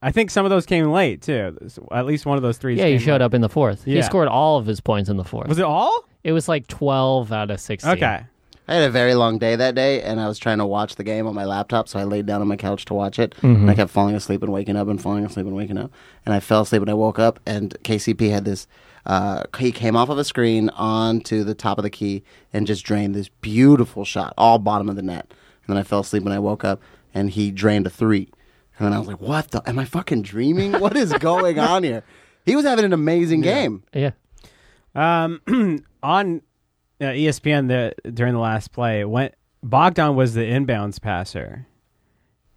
I think some of those came late too. At least one of those threes.
yeah, he
came
showed
late.
up in the fourth.
Yeah.
He scored all of his points in the fourth.
Was it all?
it was like twelve out of sixteen.
Okay.
I had a very long day that day, and I was trying to watch the game on my laptop, so I laid down on my couch to watch it, and
Mm-hmm.
I kept falling asleep and waking up and falling asleep and waking up, and I fell asleep and I woke up, and KCP had this. Uh, he came off of a screen onto the top of the key and just drained this beautiful shot, all bottom of the net. And then I fell asleep and I woke up, and he drained a three. And then I was like, "What the? Am I fucking dreaming?
[laughs]
What is going on here?" He was having an amazing game.
Yeah.
Um, on uh, ESPN the, during the last play, went Bogdan was the inbounds passer,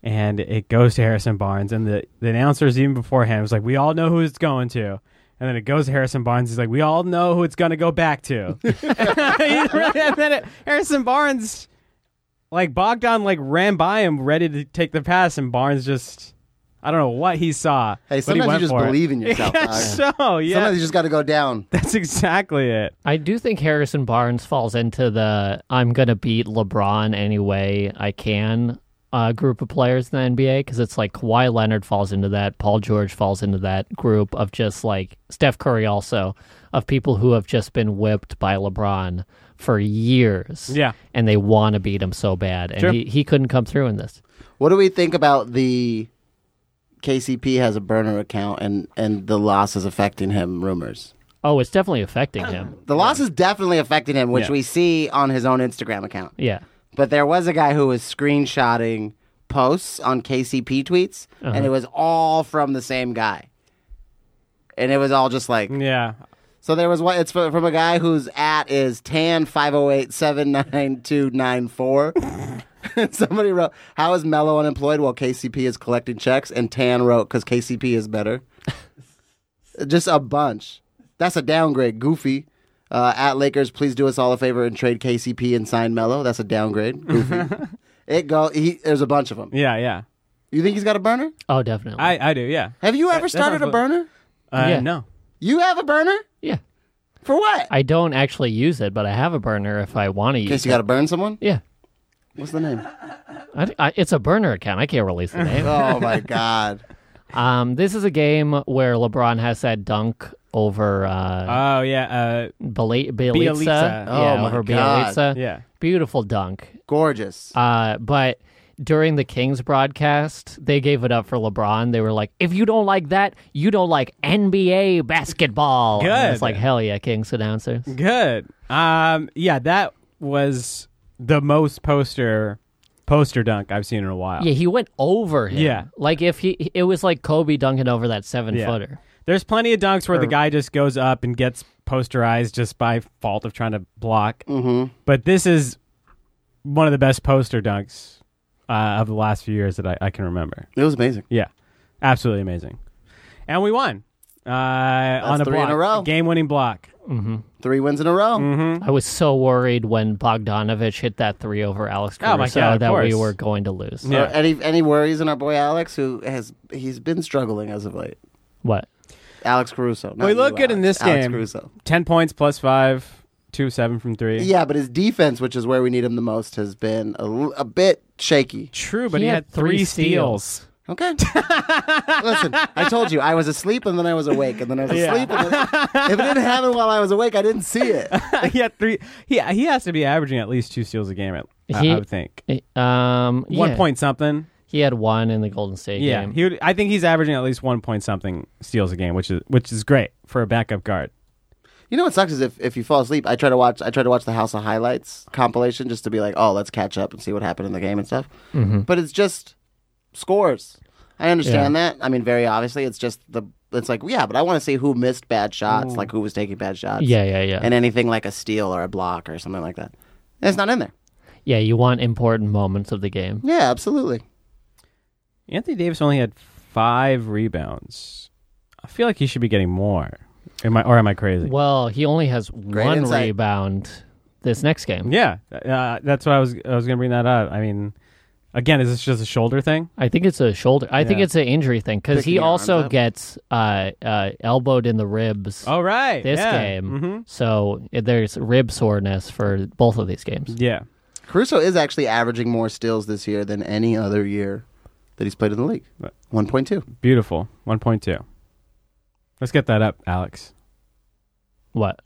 and it goes to Harrison Barnes, and the the announcers even beforehand was like, "We all know who it's going to." And then it goes to Harrison Barnes. He's like, "We all know who it's going to go back to." [laughs] and then it, Harrison Barnes, like Bogdan, like ran by him, ready to take the pass, and Barnes just, I don't know what he saw. but
Hey,
he
sometimes you
went
just
for it.
believe in yourself.
Yeah,
dog.
[laughs] so yeah,
Sometimes you just got to go down.
that's exactly it.
I do think Harrison Barnes falls into the I'm going to beat LeBron any way I can uh, group of players in the NBA because it's like Kawhi Leonard falls into that, Paul George falls into that group of just like Steph Curry also, of people who have just been whipped by LeBron for years.
Yeah.
And they want to beat him so bad. And
Sure.
he, he couldn't come through in this.
What do we think about the KCP has a burner account and and the loss is affecting him rumors?
Oh, it's definitely affecting
[clears throat]
him.
The loss is definitely affecting him, which
Yeah.
we see on his own Instagram account.
Yeah.
But there was a guy who was screenshotting posts on KCP tweets, and it was all from the same guy. And it was all just like
Yeah,
so. There was one. It's fr- from a guy whose at is tan five zero eight seven nine two nine four. [laughs] Somebody wrote, "How is Mello unemployed while KCP is collecting checks?" And Tan wrote, "Because KCP is better." [laughs] Just a bunch. That's a downgrade. Goofy. Uh, at Lakers, please do us all a favor and trade KCP and sign Mello. That's a downgrade.
[laughs]
Goofy. it go. He, there's a bunch of them.
yeah, yeah.
You think he's got a burner?
Oh, definitely.
I, I do, yeah.
Have you ever
that
started
sounds
a
li-
burner?
Uh,
Yeah.
No.
You have a burner
yeah.
for what?
I don't actually use it, but I have a burner if I want to
In case
use
you
it.
got to burn someone.
Yeah.
What's the name?
I, I, it's a burner account. I can't release
[laughs]
the name.
Oh my god.
um, this is a game where LeBron has that dunk over uh,
Oh yeah. Uh,
Bela-
Bielitsa.
Bielitsa.
Oh
yeah,
my
over
God.
Bielitsa.
yeah.
Beautiful dunk.
Gorgeous.
Uh, but during the Kings broadcast, they gave it up for LeBron. They were like, if you don't like that, you don't like NBA basketball. And
Good.
it's like, hell yeah, Kings announcers.
Good. Um. Yeah. That was the most poster poster dunk I've seen in a while.
Yeah, he went over him.
Yeah.
Like if he, it was like Kobe dunking over that seven
Yeah.
footer.
There's plenty of dunks where the guy just goes up and gets posterized just by fault of trying to block. Mm-hmm. But this is one of the best poster dunks uh, of the last few years that I, I can remember.
It was amazing.
Yeah. Absolutely amazing. And we won. Uh, on a
three in
block,
a row.
game-winning block.
Three wins in a row.
Mm-hmm.
I was so worried when Bogdanovich hit that three over Alex
Oh,
Caruso
my God, of
that we
course.
were going to lose.
Or
Yeah.
any any worries on our boy Alex, who has he's been struggling as of late.
What?
Alex Caruso. not
Well, he looked
you,
good in
Alex.
this
Alex
game.
Caruso.
10 points plus five, two seven from three.
Yeah, but his defense, which is where we need him the most, has been a, l- a bit shaky.
True, but
He
he,
had
had, three
three
steals.
Okay. Listen, I told you I was asleep and then I was awake and then I was
Yeah.
asleep. And then, if it didn't happen while I was awake, I didn't see it.
[laughs] he had three. He he has to be averaging at least two steals a game. At, I-
He-
I would think
Um, yeah.
one point something.
He had one in the Golden State
Yeah,
game.
he would. I think he's averaging at least one point something steals a game, which is which is great for a backup guard.
You know what sucks is if, if you fall asleep, I try to watch I try to watch the House of Highlights compilation just to be like, oh, let's catch up and see what happened in the game and stuff. But it's just scores. I understand that. I mean, very obviously, it's just the it's like yeah, but I want to see who missed bad shots, like who was taking bad shots.
yeah, yeah, yeah.
and anything like a steal or a block or something like that. It's not in there.
yeah, you want important moments of the game.
Yeah, absolutely.
Anthony Davis only had five rebounds. I feel like he should be getting more. Am I or am I crazy?
Well, he only has one
insight.
rebound this next game.
Yeah, uh, that's what I was. I was going to bring that up. I mean, again, is this just a shoulder thing?
I think it's a shoulder. I think
Yeah.
it's an injury thing because
Picking
he
your arms
also
up.
gets uh, uh, elbowed in the ribs
All right,
this
Oh, yeah.
game.
Mhm.
So it- there's rib soreness for both of these games.
Yeah,
Caruso is actually averaging more steals this year than any other year that he's played in the league.
Right.
1.2.
beautiful. One point two. Let's get that up, Alex. Mm-hmm.
What?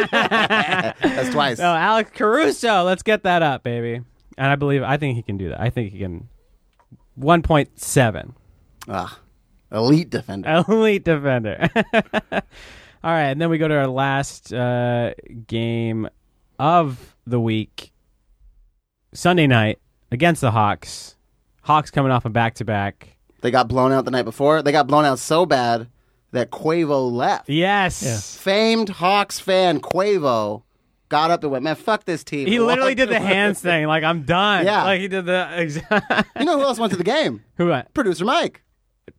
That's twice.
[laughs] Oh, Alex Caruso. Let's get that up, baby. And I believe I think he can do that. I think he can. One point seven. [laughs]
Ah, elite defender.
Elite defender. [laughs] All right, and then we go to our last uh, game of the week, Sunday night against the Hawks. Hawks coming off a back to back.
They got blown out the night before. They got blown out so bad that Quavo left.
Yes,
Famed Hawks fan Quavo got up and went, "Man, fuck this team."
he literally
Walked
did the
away.
hands thing. Like I'm done.
Yeah.
like he did the [laughs] exact.
You know who else went to the game?
Who? went?
Producer Mike.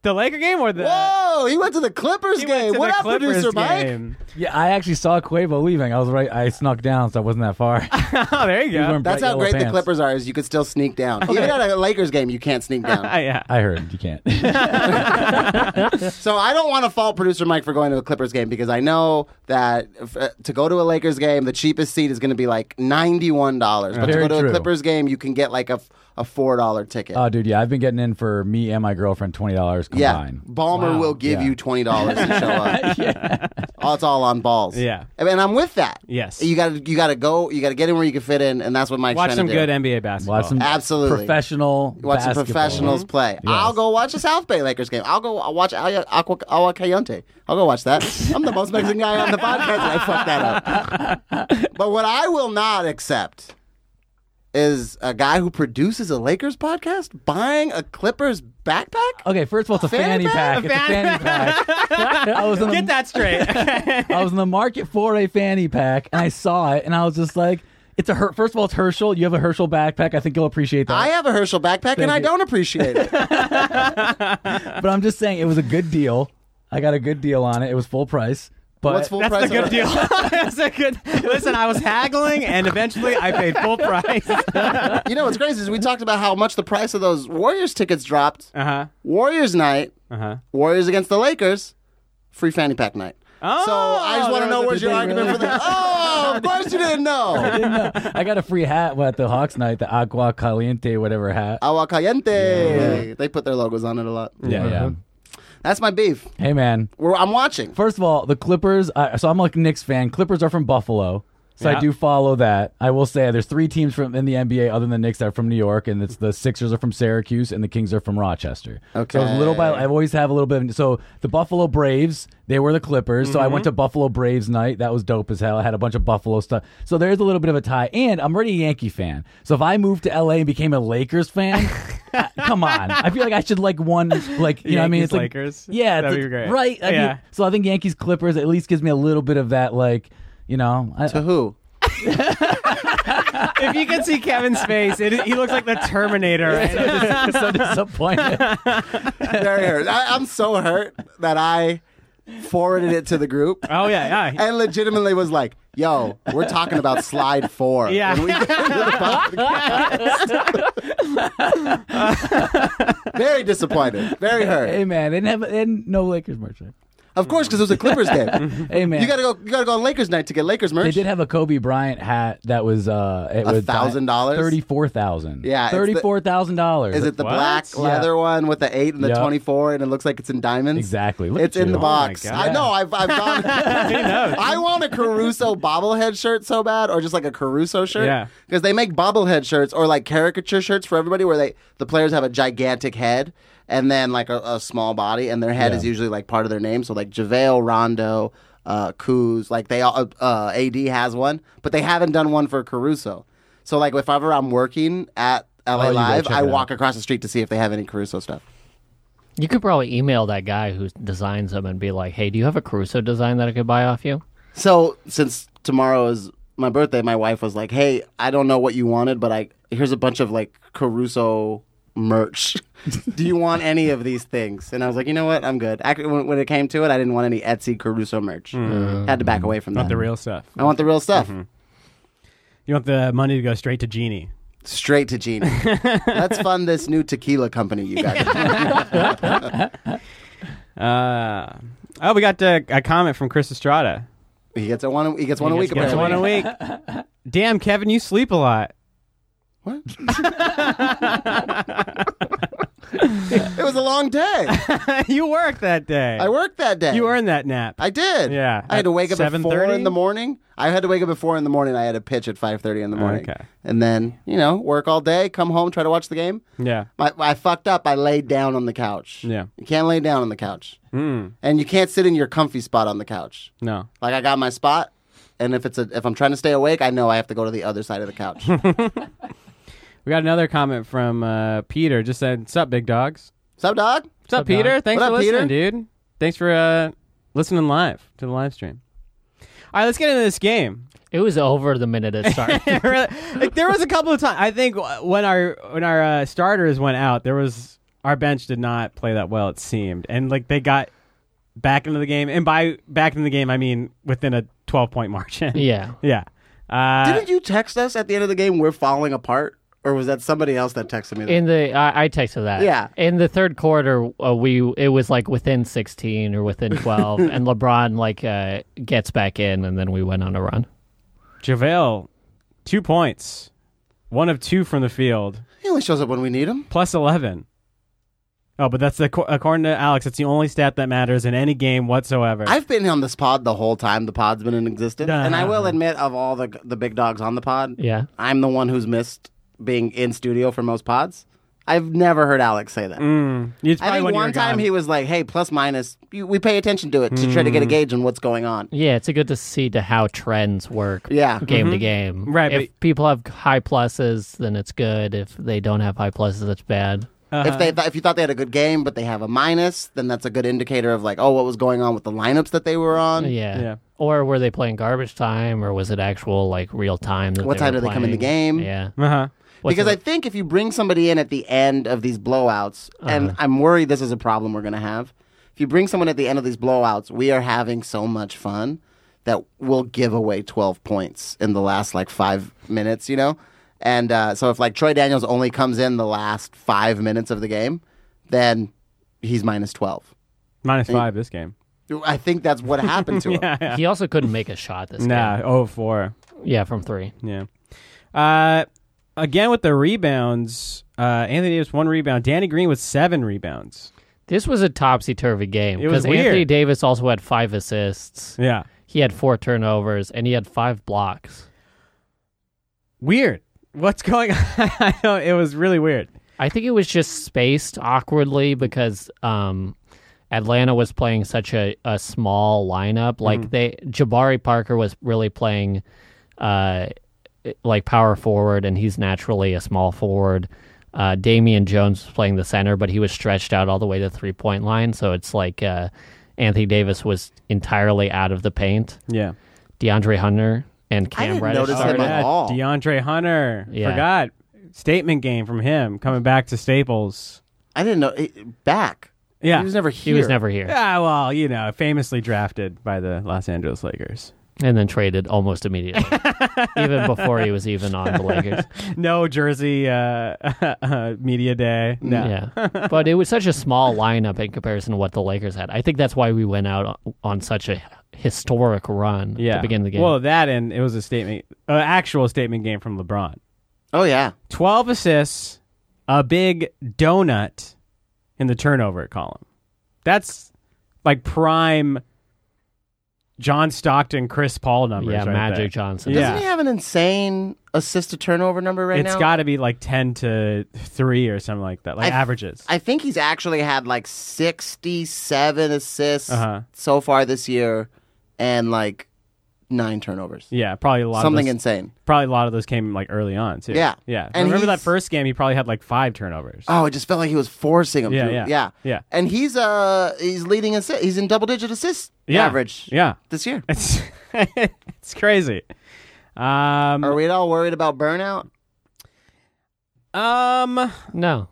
The Laker game or the?
Whoa, he went to the Clippers
He went
game.
to
What
the
up,
Clippers
producer Mike?
game.
Yeah, I actually saw Quavo leaving. I was right. I snuck down, so I wasn't that far. [laughs]
Oh, there you go.
wearing
That's
bright
how
yellow
great the
pants.
Clippers are. Is you could still sneak down. Even at a Lakers game, you can't
[laughs]
sneak down.
Ah, yeah.
I heard you can't.
[laughs] So I don't want to fault producer Mike for going to a Clippers game because I know that if, uh, to go to a Lakers game, the cheapest seat is going to be like ninety one dollars. But to
Very
go to a
true.
Clippers game, you can get like a f- a four dollar ticket.
Uh,
oh, dude, yeah, I've been getting in for me and my girlfriend twenty dollars
yeah,
combined.
Balmer will give
yeah.
you twenty dollars to show
[laughs]
up. All it's all on balls.
Yeah.
and I'm with that.
Yes.
you got to you got to go. You got to get in where you can fit in, and that's what Mike's
Watch
trying
some
to
good
do.
NBA basketball.
Watch some
Absolutely.
professional.
Watch some
basketball.
professionals
Mm-hmm.
play. I'll go watch a South Bay Lakers game. I'll go I'll watch Al- Aqua Agua Caliente. I'll go watch that. I'm the most Mexican guy on the podcast, and I fucked
[laughs]
that up. But what I will not accept is a guy who produces a Lakers podcast buying a Clippers backpack.
Okay, first of all, it's a
Fanny
fanny,
pack?
pack. It's a fanny pack. [laughs] I was in
Get
the,
that
[laughs]
straight. [laughs]
I was in the market for a fanny pack, and I saw it, and I was just like, "It's a her- first of all, it's Herschel. You have a Herschel backpack. I think you'll appreciate that."
I have a Herschel backpack, and I
you.
don't appreciate it.
but I'm just saying, it was a good deal. I got a good deal on it. It was full price. But
What's full
That's
price?
a good
on- [laughs]
deal. [laughs] That's a good. Listen, I was haggling, and eventually I paid
[laughs]
full price. uh
You know what's crazy is we talked about how much the price of those Warriors tickets dropped.
huh.
Warriors night,
Uh huh.
Warriors against the Lakers, free fanny pack night.
Oh,
so I just want to
there
know
was a-
where's
did
your
they
argument
really?
for that. Oh, of course you didn't
[laughs]
know.
didn't know. I got a free hat at the Hawks night, the Agua Caliente, whatever hat.
Agua Caliente. They put their logos on it a lot.
Yeah, yeah.
That's my beef.
Hey, man.
We're, I'm watching.
First of all, the Clippers. I, so I'm like a Knicks fan. Clippers are from Buffalo, so
Yeah.
I do follow that. I will say there's three teams from in the NBA other than the Knicks that are from New York, and it's the Sixers are from Syracuse, and the Kings are from Rochester.
Okay.
So it's little by I always have a little bit. of So the Buffalo Braves, they were the Clippers. So I
Mm-hmm.
went to Buffalo Braves night. That was dope as hell. I had a bunch of Buffalo stuff. So there's a little bit of a tie, and I'm already a Yankee fan. So if I moved to LA and became a Lakers fan. [laughs] Come on! I feel like I should like one like you know what I mean
Yankees,
it's like
Lakers.
yeah
That'd
it's
be great.
right I mean,
Yeah.
so I think Yankees Clippers at least gives me a little bit of that, like, you know, I,
To who?
If you can see
[laughs]
Kevin's face, it, he looks like the Terminator. right now.
I'm [laughs] so disappointed.
[laughs]
Very hurt. I, I'm so hurt that I forwarded it to the group
Oh yeah, yeah.
and legitimately was like, yo, we're talking about slide four.
Yeah.
when we get to the podcast. [laughs] Very disappointed. Very hurt.
hey man, they didn't have they didn't, no Lakers merch. right?
Of course, because it was a Clippers game.
Hey man,
You gotta go. You gotta go on Lakers night to get Lakers merch.
they did have a Kobe Bryant hat that was uh it was
$1,000?
thirty four thousand.
Yeah, it's the-
thirty four thousand dollars.
Is it the
What?
black
Yeah.
leather one with the eight and the
Yep.
twenty-four, and it looks like it's in diamonds?
Exactly. Look
It's
at
in
you.
the
Oh my
box.
God.
I know. I've,
[laughs]
I've gone. I want a Caruso bobblehead shirt so bad, or just like a Caruso shirt.
Yeah.
Because they make bobblehead shirts or like caricature shirts for everybody, where they the players have a gigantic head and then like a, a small body, and their head is usually like part of their name. So like Javale Rondo, uh, Kuz, like they all uh, uh, AD has one, but they haven't done one for Caruso. So like if ever I'm working at LA
Oh, you gotta
Live,
check
I
it out.
walk across the street to see if they have any Caruso stuff.
You could probably email that guy who designs them and be like, "Hey, do you have a Caruso design that I could buy off you?"
So since tomorrow is my birthday, my wife was like, "Hey, I don't know what you wanted, but I here's a bunch of like Caruso merch. [laughs] Do you want any of these things? And I was like, you know what? I'm good. Actually, when, when it came to it, I didn't want any Etsy Caruso merch. Had to back away from
Mm. Not
that.
the real Mm-hmm. stuff.
I want the real stuff.
You want the money to go straight to Genie.
Straight
[laughs]
to Genie. Let's fund this new tequila company
[laughs]
you got.
Uh, oh, we got uh, a comment from Chris Estrada.
he gets a one. He gets one a
He
week.
gets one a
apparently.
week.
[laughs]
Damn, Kevin, you sleep a lot. [laughs]
What? it was a long day.
you worked that day.
I worked that day.
You earned that nap.
I did.
Yeah,
I had to
at
wake up at four
7:30?
in the morning. I had to wake up at four in the morning. I had a pitch at five thirty in the morning.
Okay.
And then you know work all day, come home, try to watch the game.
yeah.
My, I fucked up. I laid down on the couch.
Yeah.
You can't lay down on the couch,
Mm,
and you can't sit in your comfy spot on the couch.
no.
Like I got my spot, and if it's a if I'm trying to stay awake, I know I have to go to the other side of
[laughs]
the couch.
We got another comment from uh, Peter. Just said, "Sup, big dogs."
Sup, dog?
What's up, Peter? Thanks
What
for
up,
listening, dude. Thanks for uh, listening live to the live stream. All right, let's get into this game.
It was over the minute
[laughs]
it started.
Really- like, there was a couple of times I think w- when our when our uh, starters went out, there was our bench did not play that well. It seemed, and like they got back into the game, and by back into the game, I mean within a twelve point margin.
yeah.
[laughs] yeah. Uh,
Didn't you text us at the end of the game? We're falling apart, or was that somebody else that texted me? that?
In the I, I texted that.
Yeah.
In the third quarter, uh, we it was like within 16 or within 12, and LeBron like uh, gets back in, and then we went on a run.
JaVale, two points, one of two from the field,
he only shows up when we need him.
plus 11. Oh, but that's the, according to Alex, it's the only stat that matters in any game whatsoever.
I've been on this pod the whole time the pod's been in existence, and I will admit, of all the the big dogs on the pod,
Yeah.
I'm the one who's missed being in studio for most pods. I've never heard Alex say that.
It's
I
Mm, probably
think
when you
one
were
time
gone.
he was like, "Hey, plus minus, you, we pay attention to it to try to
Mm.
get a gauge on what's going on."
Yeah, it's a good to see to how trends work.
Yeah.
Game to game.
Right,
If people have high pluses, then it's good. If they don't have high pluses, that's bad.
If
Uh-huh.
they th- if you thought they had a good game but they have a minus, then that's a good indicator of like, oh, what was going on with the lineups that they were on?
Yeah.
Yeah.
Or were they playing garbage time, or was it actual like real time? That
What
they
time
were
did they come in the
playing?
game?
Yeah.
Uh-huh.
What's
because
the-
I think if you bring somebody in at the end of these blowouts, and
Uh-huh.
I'm worried this is a problem we're going to have. If you bring someone at the end of these blowouts, we are having so much fun that we'll give away 12 points in the last like five minutes, you know? And uh, so if like Troy Daniels only comes in the last five minutes of the game, then he's minus 12.
Minus five this game.
I think that's what happened
[laughs]
to him.
He also couldn't make a shot this
Nah,
game.
oh four.
Yeah, from three.
Yeah. Uh, again, with the rebounds, uh, Anthony Davis, one rebound. Danny Green with seven rebounds.
This was a topsy turvy game
It was
because Anthony
weird.
Davis also had five assists.
Yeah.
He had four turnovers and he had five blocks.
Weird. What's going [laughs] on? I know, it was really weird.
I think it was just spaced awkwardly because um, Atlanta was playing such a, a small lineup. Like they Jabari Parker was really playing uh, like power forward, and he's naturally a small forward. Uh, Damian Jones was playing the center, but he was stretched out all the way to three point line. So it's like uh, Anthony Davis was entirely out of the paint.
Yeah.
DeAndre Hunter and Cam
didn't
Reddish
notice him
started.
at
Yeah,
all.
DeAndre Hunter.
Yeah.
Forgot. Statement game from him coming back to Staples.
I didn't know. It, back.
Yeah.
He
[laughs]
was never here.
He was never here,
Ah, well, you know, famously drafted by the Los Angeles Lakers.
and then traded
[laughs]
almost immediately, even before he was even on
[laughs]
the Lakers.
No jersey uh, [laughs] uh, media day. No.
Yeah, but it was such a small lineup in comparison to what the Lakers had. I think that's why we went out on, on such a historic run
Yeah.
to begin the game.
Well, that and it was a statement, uh, actual statement game from LeBron.
Oh, yeah.
12 assists, a big donut in the turnover column. That's like prime John Stockton, Chris Paul numbers.
yeah,
right
Magic
there.
Johnson.
Yeah.
Doesn't he have an insane assist to turnover number right
it's
now?
got to be like 10 to 3 or something like that, like
I-
averages.
I think he's actually had like 67 assists
Uh-huh.
so far this year and like nine turnovers.
yeah, probably a lot
Something
of those,
insane.
probably a lot of those came like early on too.
Yeah.
Yeah.
And
remember that
he's-
first game he probably had like 5 turnovers.
Oh, it just felt like he was forcing him.
Yeah,
to,
yeah,
yeah,
yeah.
And he's uh he's leading assist. He's in double digit assists
yeah.
average
Yeah. [laughs]
this year.
It's it's crazy. Um
Are we at all worried about burnout?
um
No,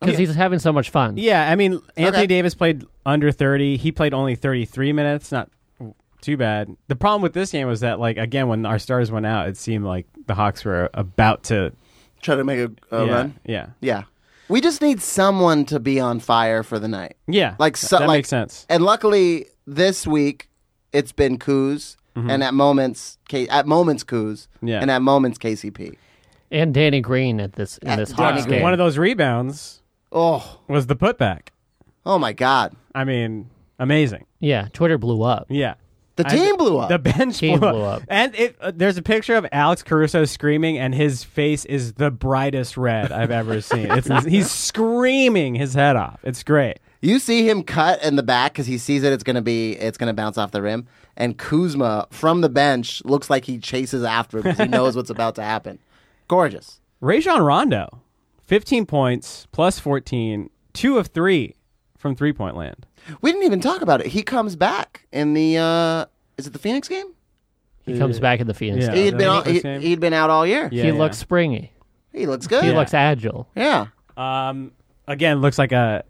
because he's having so much fun.
Yeah, I mean, Anthony
Okay.
Davis played under 30. He played only 33 minutes. Not too bad. The problem with this game was that, like, again, when our stars went out, it seemed like the Hawks were about to
Try to make a, a
yeah,
run.
Yeah,
Yeah. We just need someone to be on fire for the night.
yeah.
Like, so-
that
like-
makes sense.
And luckily, this week it's been Coos and at moments, K- at moments Coos
Mm-hmm. Yeah.
and at moments KCP.
And Danny Green at this in
Yeah,
this
Danny
Hawks
Green.
game.
One of those rebounds
Oh,
was the putback.
oh my God!
I mean, amazing.
yeah, Twitter blew up.
Yeah.
The
I-
team blew up.
The bench
Team
blew,
blew
up.
up.
And it, uh, there's a picture of Alex Caruso screaming, and his face is the brightest red I've ever seen.
[laughs]
It's, he's screaming his head off. It's great.
you see him cut in the back because he sees that it's gonna be it's gonna bounce off the rim, and Kuzma from the bench looks like he chases after him because he knows what's about to happen. Gorgeous.
Rajon Rondo, 15 points, plus 14, two of three from three point land.
We didn't even talk about it. He comes back in the uh, is it the Phoenix game?
He comes back in the Phoenix.
Yeah.
game.
he'd been
the
all, he,
Phoenix game?
he'd been out all year.
Yeah,
he
yeah.
looks springy.
He looks good.
He
Yeah.
looks agile.
Um, again, looks like a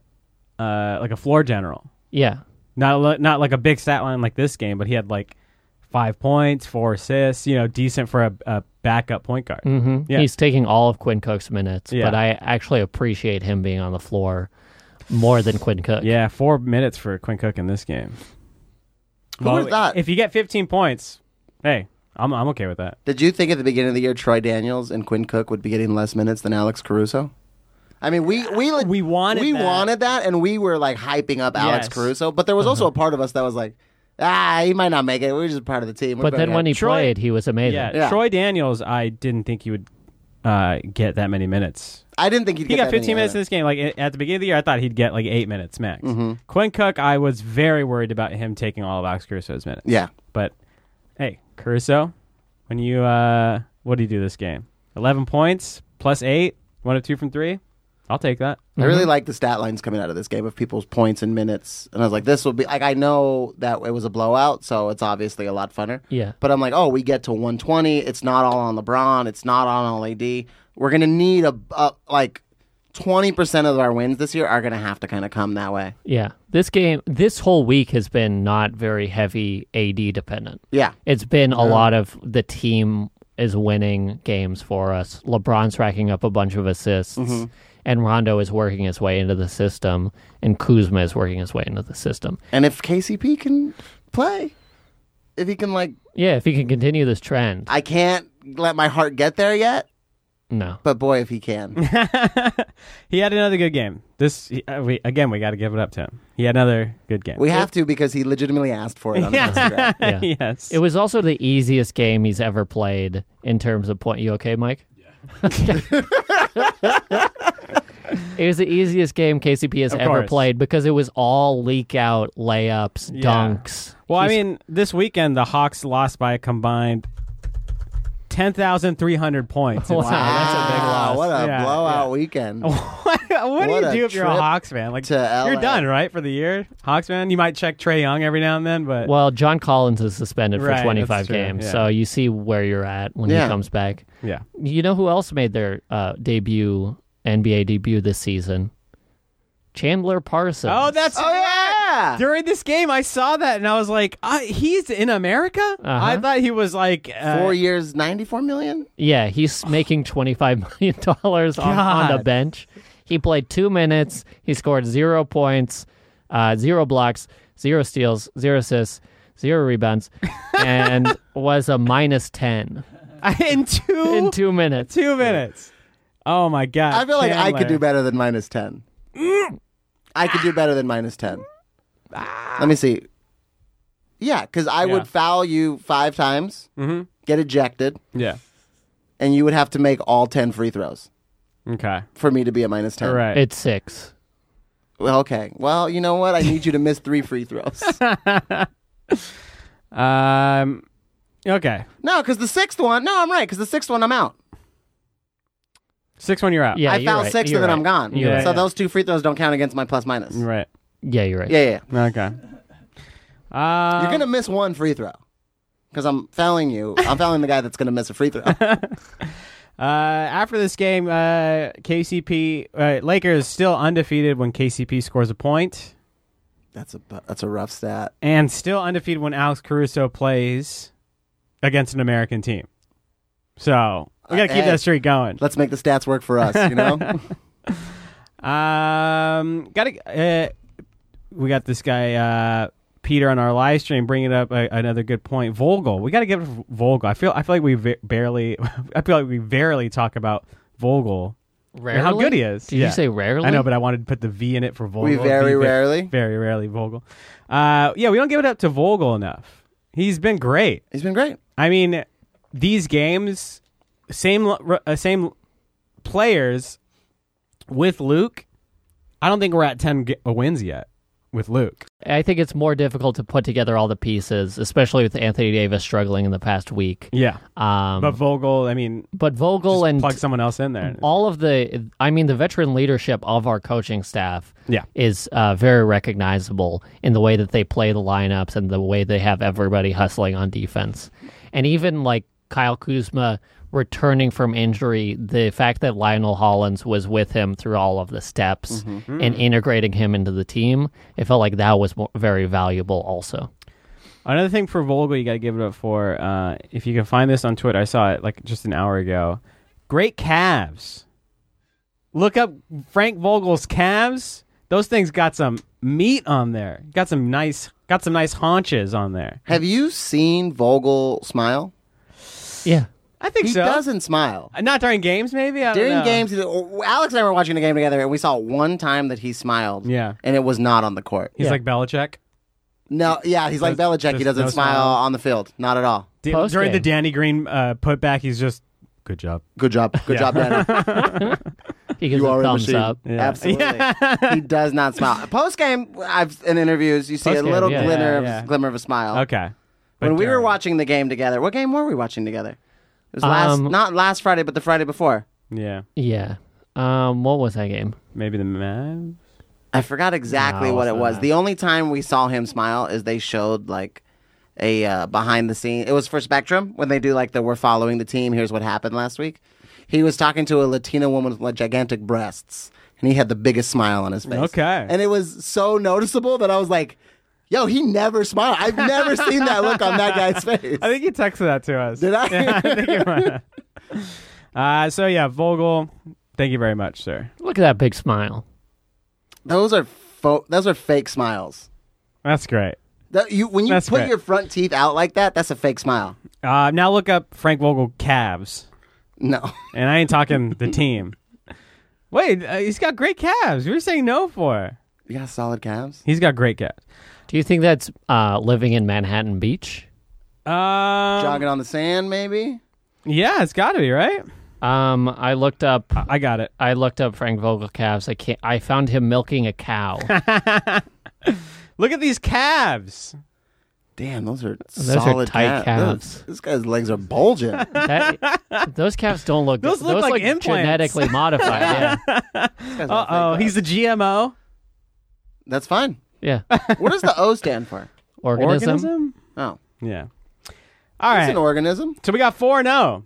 uh, like a floor general.
Yeah,
Not a, lo- not like a big stat line like this game, but he had like five points, four assists. You know, decent for a, a backup point guard. Mm-hmm. Yeah.
he's taking all of Quinn Cook's minutes,
Yeah.
but I actually appreciate him being on the floor more than Quinn Cook.
yeah, four minutes for Quinn Cook in this game.
Who would've thought?
If you get 15 points, hey, I'm I'm okay with that.
Did you think at the beginning of the year Troy Daniels and Quinn Cook would be getting less minutes than Alex Caruso? I mean, we we le-
We wanted
we
that.
wanted that, and we were like hyping up
Yes.
Alex
Uh-huh.
Caruso. But there was also a part of us that was like, ah, he might not make it. We're just part of the team. We're
But then
putting
when
it-
he
Troy-
played, he was amazing.
Yeah,
Yeah.
Troy Daniels, I didn't think he would uh, get that many minutes.
I didn't think he'd
He
get
got
that
15
many
minutes in
either.
this game. Like at the beginning of the year, I thought he'd get like eight minutes max.
Mm-hmm.
Quinn Cook, I was very worried about him taking all of Alex Caruso's minutes.
Yeah,
but hey, Caruso, when you uh, what do you do this game? 11 points plus eight, one of two from three. I'll take that.
I
Mm-hmm.
really like the stat lines coming out of this game of people's points and minutes. And I was like, this will be like I know that it was a blowout, so it's obviously a lot funner.
Yeah.
But I'm like, oh, we get to 120. It's not all on LeBron. It's not all on LAD. We're gonna need a, a like 20 percent of our wins this year are gonna have to kind of come that way.
Yeah. This game, this whole week has been not very heavy AD dependent.
Yeah.
It's been a lot of the team is winning games for us. LeBron's racking up a bunch of assists,
Mm-hmm.
and Rondo is working his way into the system, and Kuzma is working his way into the system.
And if KCP can play, if he can like,
Yeah, if he can continue this trend,
I can't let my heart get there yet.
no.
But boy, if he
[laughs]
can,
He had another good game. This he- uh, we, again, we got to give it up to him. He had another good game.
we have to because he legitimately asked for it
[laughs]
on Instagram.
Yeah.
yes.
It was also the easiest game he's ever played in terms of point. You okay, Mike? Yeah. [laughs] it was the easiest game KCP has
Of
ever
course.
played because it was all leak out, layups,
Yeah.
dunks.
Well, I mean, this weekend the Hawks lost by a combined ten thousand three hundred points.
[laughs] [laughs] Wow.
That's a big
Wow,
loss.
Ah, what a
Yeah,
blowout
yeah. [laughs]
weekend.
what
What
do
a
you do if you're a
trip
Hawks fan? Like,
to LA.
you're done, right, for the year, Hawks fan. You might check Trey Young every now and then, but
Well, John Collins is suspended
Right,
for
that's
25
true,
games,
yeah.
so you see where you're at when
Yeah.
he comes back.
yeah,
You know who else made their uh, debut NBA debut this season? Chandler Parsons.
Oh, that's
Oh yeah.
during this game. I saw that and I was like, I, he's in America.
Uh-huh.
I thought he was like uh,
Four years, ninety-four million. [sighs]
Yeah, he's making twenty five million dollars on, on the
God.
bench. He played two minutes. He scored zero points, uh, zero blocks, zero steals, zero assists, zero
[laughs]
rebounds, and was a minus ten
[laughs] in two
[laughs] in two minutes.
two minutes. Oh my god!
I feel like I could
Chandler.
do better than minus ten. I could do better than minus ten.
Ah.
Let me see. Yeah, because I
Yeah.
would foul you five times, get ejected,
Mm-hmm. Yeah.
and you would have to make all ten free throws
Okay.
for me to be a minus ten.
All right.
It's six.
Well, okay. Well, you know what? I need you to miss three free throws.
um. Okay.
no, because the sixth one. No, I'm right. Because the sixth one, I'm out.
Six one. You're out.
Yeah,
I
you're
foul
right.
6 and
you're
then
right.
I'm gone.
You're
so
right.
those two free throws don't count against my plus minus.
You're Right.
Yeah, you're right.
Yeah, yeah.
Okay. Uh,
You're gonna
[laughs]
miss one free throw because I'm fouling you. I'm fouling the guy that's gonna miss a free throw.
Uh, after this game, uh, KCP uh, Lakers still undefeated when KCP scores a point,
That's a bu- that's a rough stat.
and still undefeated when Alex Caruso plays against an American team. So we got to keep
Hey.
that streak going.
Let's make the stats work for us.
[laughs]
You know,
Um, got to. Uh, we got this guy uh, Peter on our live stream bringing up a, another good point. Vogel, we got to give it to Vogel. I feel I feel like we ve- barely. [laughs] I feel like we barely talk about Vogel.
Rarely?
how good he is.
Did
Yeah.
you say rarely?
I know, but I wanted to put the V in it for Vogel.
we
V- ve-
very rarely.
very rarely Vogel. Uh, yeah, we don't give it up to Vogel enough. He's been great.
He's been great.
I mean, these games, same l- uh, same players with Luke. I don't think we're at ten g- uh, wins yet with Luke.
I think it's more difficult to put together all the pieces, especially with Anthony Davis struggling in the past week.
Yeah,
Um,
but Vogel. I mean,
but Vogel
just
and
plug someone else in there.
all of the i mean the veteran leadership of our coaching staff
Yeah.
is uh, very recognizable in the way that they play the lineups and the way they have everybody hustling on defense and even like kyle kuzma returning from injury the fact that lionel hollins was with him through all of the steps
Mm-hmm. Hmm.
and integrating him into the team it felt like that was mo- very valuable also
Another thing for Vogel, you got to give it up for. Uh, if you can find this on Twitter, I saw it like just an hour ago. Great calves. Look up Frank Vogel's calves. Those things got some meat on there. Got some nice. Got some nice haunches on there.
Have you seen Vogel smile?
yeah
I think
He
so.
doesn't smile.
Uh, Not during games, maybe. I don't
During
know.
games, he- oh, Alex and I were watching a game together, and we saw one time that he smiled.
Yeah.
and it was not on the court.
he's
Yeah.
like Belichick
No, yeah, he's like
There's-
Belichick. He
there's
doesn't
no
smile
smile.
on the field, not at all.
D-
Post
during the
game.
Danny Green uh, putback. He's just good job.
Good job,
[laughs]
good job, Danny.
he gives
You are
a
a
thumbs
machine.
up
Yeah.
Absolutely, he does not
[laughs]
smile. Post game, I've in interviews, you see
Post-game,
a little
yeah,
glimmer,
yeah,
of,
yeah.
glimmer of a smile.
[laughs] Okay. But uh,
when we were
during-
watching the game together, what game were we watching together? It was last,
Um,
not last Friday, but the Friday before.
yeah,
yeah um what was that game
maybe the Mavs.
I forgot exactly
No,
what
it's
it
not
was.
that.
The only time we saw him smile is they showed like a uh, behind the scene. It was for Spectrum when they do like the "We're following the team. Here's what happened last week." He was talking to a Latina woman with like, gigantic breasts, and he had the biggest smile on his face.
Okay.
and it was so noticeable that I was like, "Yo, he never smiled. I've never seen that look on
[laughs]
that guy's face."
I think you texted that to us.
Did I?
Yeah, I
[laughs]
think you might have. Uh, so yeah, Vogel. Thank you very much, sir.
look at that big smile
those are fo- those are fake smiles.
That's great.
That- you when you
That's
put
right.
your front teeth out like that, that's a fake smile.
Uh, now look up Frank Vogel calves,
No,
and I ain't talking the team. Wait, uh, he's got great calves. You were saying no for.
you got solid calves.
He's got great calves.
Do you think that's uh, living in Manhattan Beach?
Um,
Jogging on the sand, maybe.
yeah, it's got to be right.
Um, I looked up.
I got it.
I looked up Frank Vogel calves. I can't. I found him milking a cow.
Look at these calves.
Damn, those are
Those are
solid calves.
tight calves.
Those- this guy's legs
[laughs]
are bulging. this
That- those calves don't look.
Those look like implants.
genetically modified. yeah,
[laughs]
guy's
Uh
not fake,
oh,
though.
he's a GMO
that's fine.
yeah.
What does the O stand for?
Organism.
organism.
Oh,
Yeah. All
it's
right.
an organism.
so we got four and zero.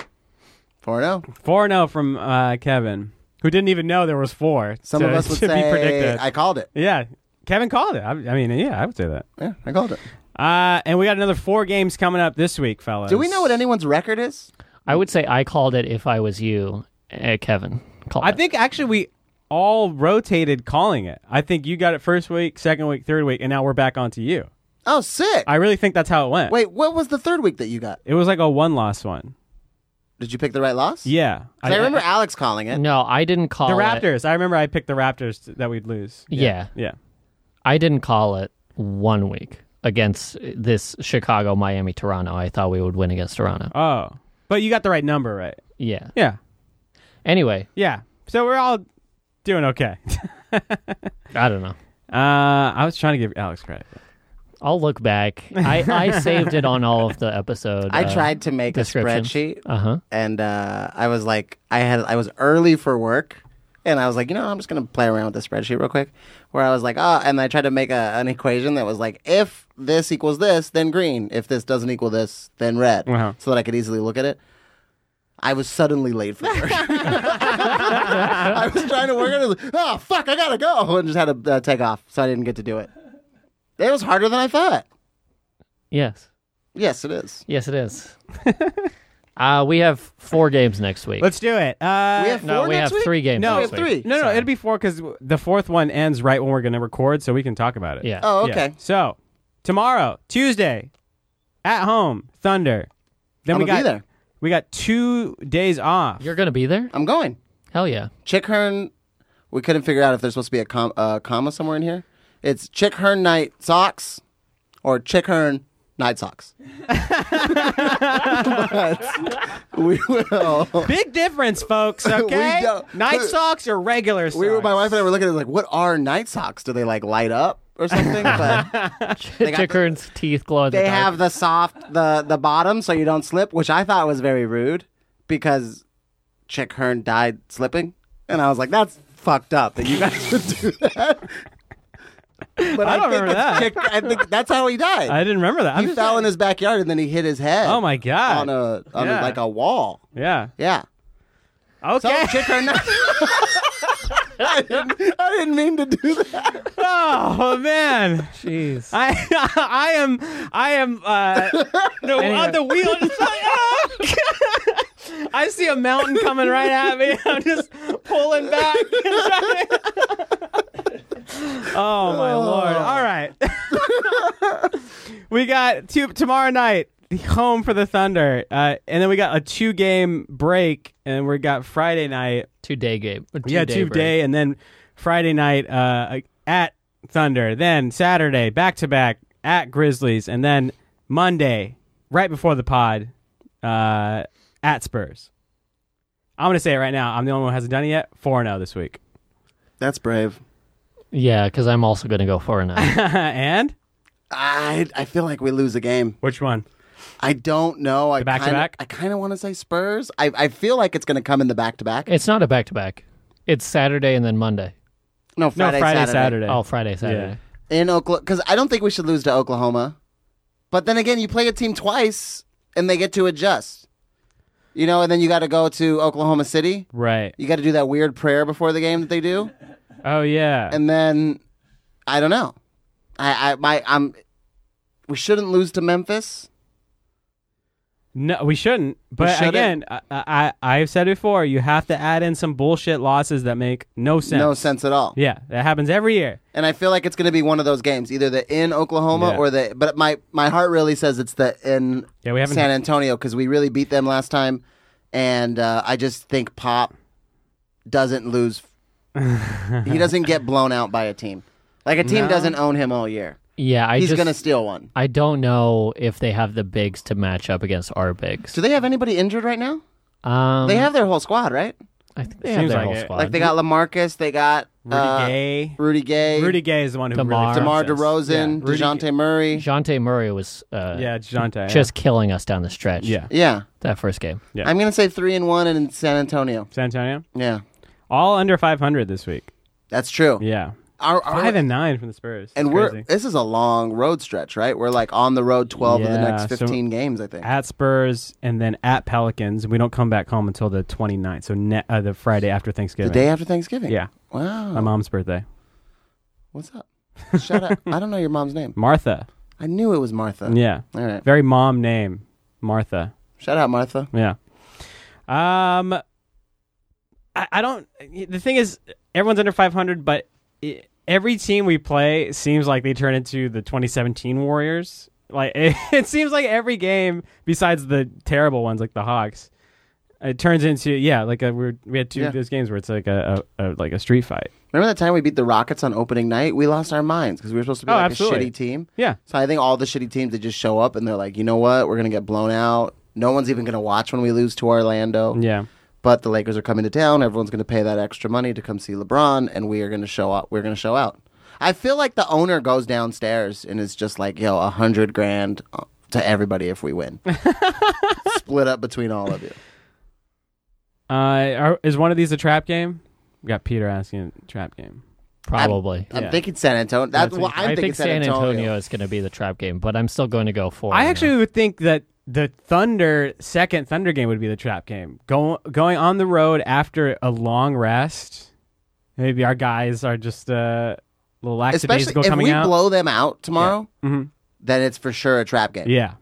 Four zero.
Four and zero from uh, Kevin, who didn't even know there was four. [laughs]
Some
to-
of us would
to be
say
predicted.
I called it.
yeah, Kevin called it. I, I mean, yeah, I would say that.
Yeah, I called it.
Uh, and we got another four games coming up this week, fellas.
Do we know what anyone's record is?
I would say I called it if I was you, uh, Kevin. Called
I
it.
think actually we all rotated calling it. I think you got it first week, second week, third week, and now we're back onto you.
Oh, sick.
I really think that's how it went.
Wait, what was the third week that you got?
It was like a one-loss one.
Did you pick the right loss?
Yeah, Mm,
'Cause I, remember Alex calling it.
No, I didn't call
the
It.
Raptors. I remember I picked the Raptors t- that we'd lose.
Yeah.
Yeah.
I didn't call it one week against this Chicago, Miami, Toronto. I thought we would win against Toronto.
Oh, but you got the right number, right?
Yeah.
Yeah.
Anyway,
Yeah. So we're all doing okay. [laughs]
I don't know.
uh, I was trying to give Alex credit.
I'll look back. I,
[laughs]
I saved it on all of the episode.
uh,
I tried to make a spreadsheet,
Uh huh.
and uh, I was like, I had, I was early for work, and I was like, you know, I'm just gonna play around with the spreadsheet real quick, where I was like, oh, and I tried to make a, an equation that was like, if this equals this, then green. If this doesn't equal this, then red,
Uh-huh.
so that I could easily look at it. I was suddenly late
[laughs]
for work. [laughs] I was trying to work on it. Oh, fuck, I gotta go. And just had to uh, take off. So I didn't get to do it. It was harder than I thought.
Yes.
Yes, it is.
Yes,
[laughs]
it is. uh, we have four games next week.
Let's do it. Uh,
We have
no,
four
we
next
have
week?
three games.
No,
We
next
have three.
Week.
no, no, it'll be four because the fourth one ends right when we're going to record, so we can talk about it.
Yeah.
Oh,
Yeah.
okay.
So tomorrow, Tuesday, at home, Thunder. Then
I'm
we
gonna
got
be there.
we got two days off.
You're gonna be there?
I'm going.
Hell yeah!
Chick Hearn. We couldn't figure out if there's supposed to be a com- uh, comma somewhere in here. It's Chick Hearn Night Socks or Chick Hearn Night Socks. but we will.
Big difference,
[laughs]
folks. Okay,
don't- [laughs]
night socks or regular socks.
We were, my wife and I were looking at it like, what are night socks? Do they like light up or something? But got the-
Chickern's teeth glow in the
they
dark.
have the soft, the, the bottom so you don't slip, which I thought was very rude because Chick Hearn died slipping. And I was like, that's fucked up that you guys would do [laughs] that. But
I don't
think
remember that.
that's Chick- I think that's how he died.
I didn't remember that. I'm
he
just-
fell in his backyard and then he hit his head.
oh my god.
On a on
Yeah.
a, like a wall.
yeah.
Yeah. So [laughs]
Okay.
Chick Hearn. I didn't, I didn't mean to do that.
oh man.
Jeez.
[laughs] I I am I am [laughs] uh, the, on the wheel. It's like, ah! [laughs] I see a mountain coming right at me. [laughs] I'm just pulling back. [laughs] oh my lord! All right, [laughs] we got two tomorrow night. Home for the Thunder, uh, and then we got a two-game break, and we got Friday night.
Two day game. or
yeah,
day
two
break.
day, and then Friday night uh, at Thunder. Then Saturday back to back at Grizzlies, and then Monday right before the pod uh, at Spurs. I'm gonna say it right now. I'm the only one who hasn't done it yet. Four now this week, [laughs]
That's brave.
Yeah, because I'm also gonna go four
[laughs]
and nine.
and
I I feel like we lose a game.
which one?
I don't know. I
The back-to-back?
kinda- I kind of want to say Spurs. I, I feel like it's going to come in the back to back.
it's not a back to back. It's Saturday and then Monday.
No,
No,
Friday,
Friday,
Saturday.
Saturday.
Oh, Friday, Saturday.
in Oklahoma. Because I don't think we should lose to Oklahoma. But then again, you play a team twice and they get to adjust. You know, and then you got to go to Oklahoma City.
Right.
You got to do that weird prayer before the game that they do,
Oh yeah.
and then I don't know. I I my I'm. We shouldn't lose to Memphis.
No, we shouldn't. But again,
shouldn't.
I, I I've said it before. You have to add in some bullshit losses that make no sense.
No sense at all.
Yeah, that happens every year.
And I feel like it's going to be one of those games, either the in Oklahoma
Yeah.
or the. But my my heart really says it's the in
Yeah, we haven't-
San Antonio because we really beat them last time, and uh, I just think Pop
[laughs]
doesn't lose. he doesn't get blown out by a team. Like a team doesn't own him all year.
Yeah, I
He's
just
going to steal one.
I don't know if they have the bigs to match up against our bigs.
Do they have anybody injured right now?
Um,
They have their whole squad, right?
I think they have
Seems
their
like
whole
it.
squad.
Like they got Lamarcus, they got
Rudy
uh,
Gay.
Rudy Gay,
Rudy Gay is the one who
DeMar.
really
DeMar
fucked us.
DeRozan,
Yeah, Rudy
Dejounte Murray.
Jante Murray was uh,
Gay- yeah, Dejounte.
just killing us down the stretch.
yeah. yeah,
Yeah,
that first game.
Yeah.
I'm going to say three and one in San Antonio.
San Antonio,
Yeah,
all under 500 this week.
that's true.
Yeah,
Our, our,
five and nine from the Spurs. That's
And we're
crazy.
this is a long road stretch, right? We're like on the road twelve of the
Yeah,
next
so-
fifteen games, I think.
at Spurs and then at Pelicans. We don't come back home until the 29th, so ne- uh, the Friday after
The
Thanksgiving.
day after Oh. Thanksgiving.
yeah,
Wow.
my mom's birthday.
What's up? Shut up. I don't know your mom's name.
Martha.
I knew it was Martha.
Yeah,
All right.
very mom name, Martha.
Shout out Martha.
Yeah. Um, I, I don't. The thing is, everyone's under 500, but i every team we play seems like they turn into the 2017 Warriors. Like [laughs] it, it seems like every game, besides the terrible ones like the Hawks, it turns into yeah. Like a, we're, we had two
Yeah.
of those games where it's like a, a, a like a street fight.
Remember that time we beat the Rockets on opening night? We lost our minds because we were supposed to be
Oh,
like
absolutely.
a shitty team.
Yeah.
So I think all the shitty teams they just show up and they're like, you know what? We're gonna get blown out. No one's even gonna watch when we lose to Orlando.
Yeah. [laughs]
But the Lakers are coming to town. Everyone's going to pay that extra money to come see LeBron, and we are going to show up. We're going to show out. I feel like the owner goes downstairs and is just like, "Yo, a hundred grand uh, to everybody if we win, split up between all of you."
Uh, are, is one of these a trap game? We got Peter asking trap game.
Probably.
I'm
Yeah.
thinking San Antonio. That's
That's-
well, I'm
I
thinking
think
San
San
Antonio.
Antonio is going to be the trap game, but I'm still going to go for.
I actually would think that the Thunder second Thunder game would be the trap game. Go, going on the road after a long rest. Maybe our guys are just uh, a little
Especially
lackadaisical
if
coming
we
out.
blow them out tomorrow,
Mhm.
then it's for sure a trap game.
yeah,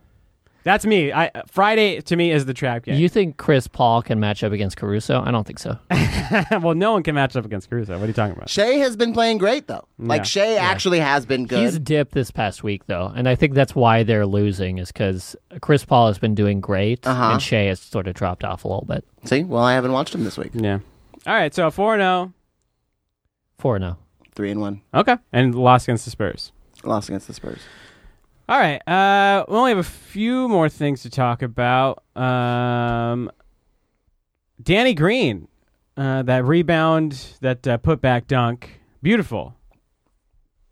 that's me. I Friday to me is the trap game.
You think Chris Paul can match up against Caruso? I don't think so.
[laughs] well, no one can match up against Caruso. What are you talking about?
Shea has been playing great though. Like
Yeah.
Shea actually has been good.
He's dipped this past week though, and I think that's why they're losing is because Chris Paul has been doing great,
Uh-huh.
and Shea has sort of dropped off a little bit.
See, well, I haven't watched him this week.
Yeah. All right. So four zero.
Four oh. no.
Three and one,
Okay, and lost against the Spurs.
lost against the Spurs.
All right. Uh, we only have a few more things to talk about. Um, Danny Green, uh, that rebound, that uh, putback dunk, beautiful.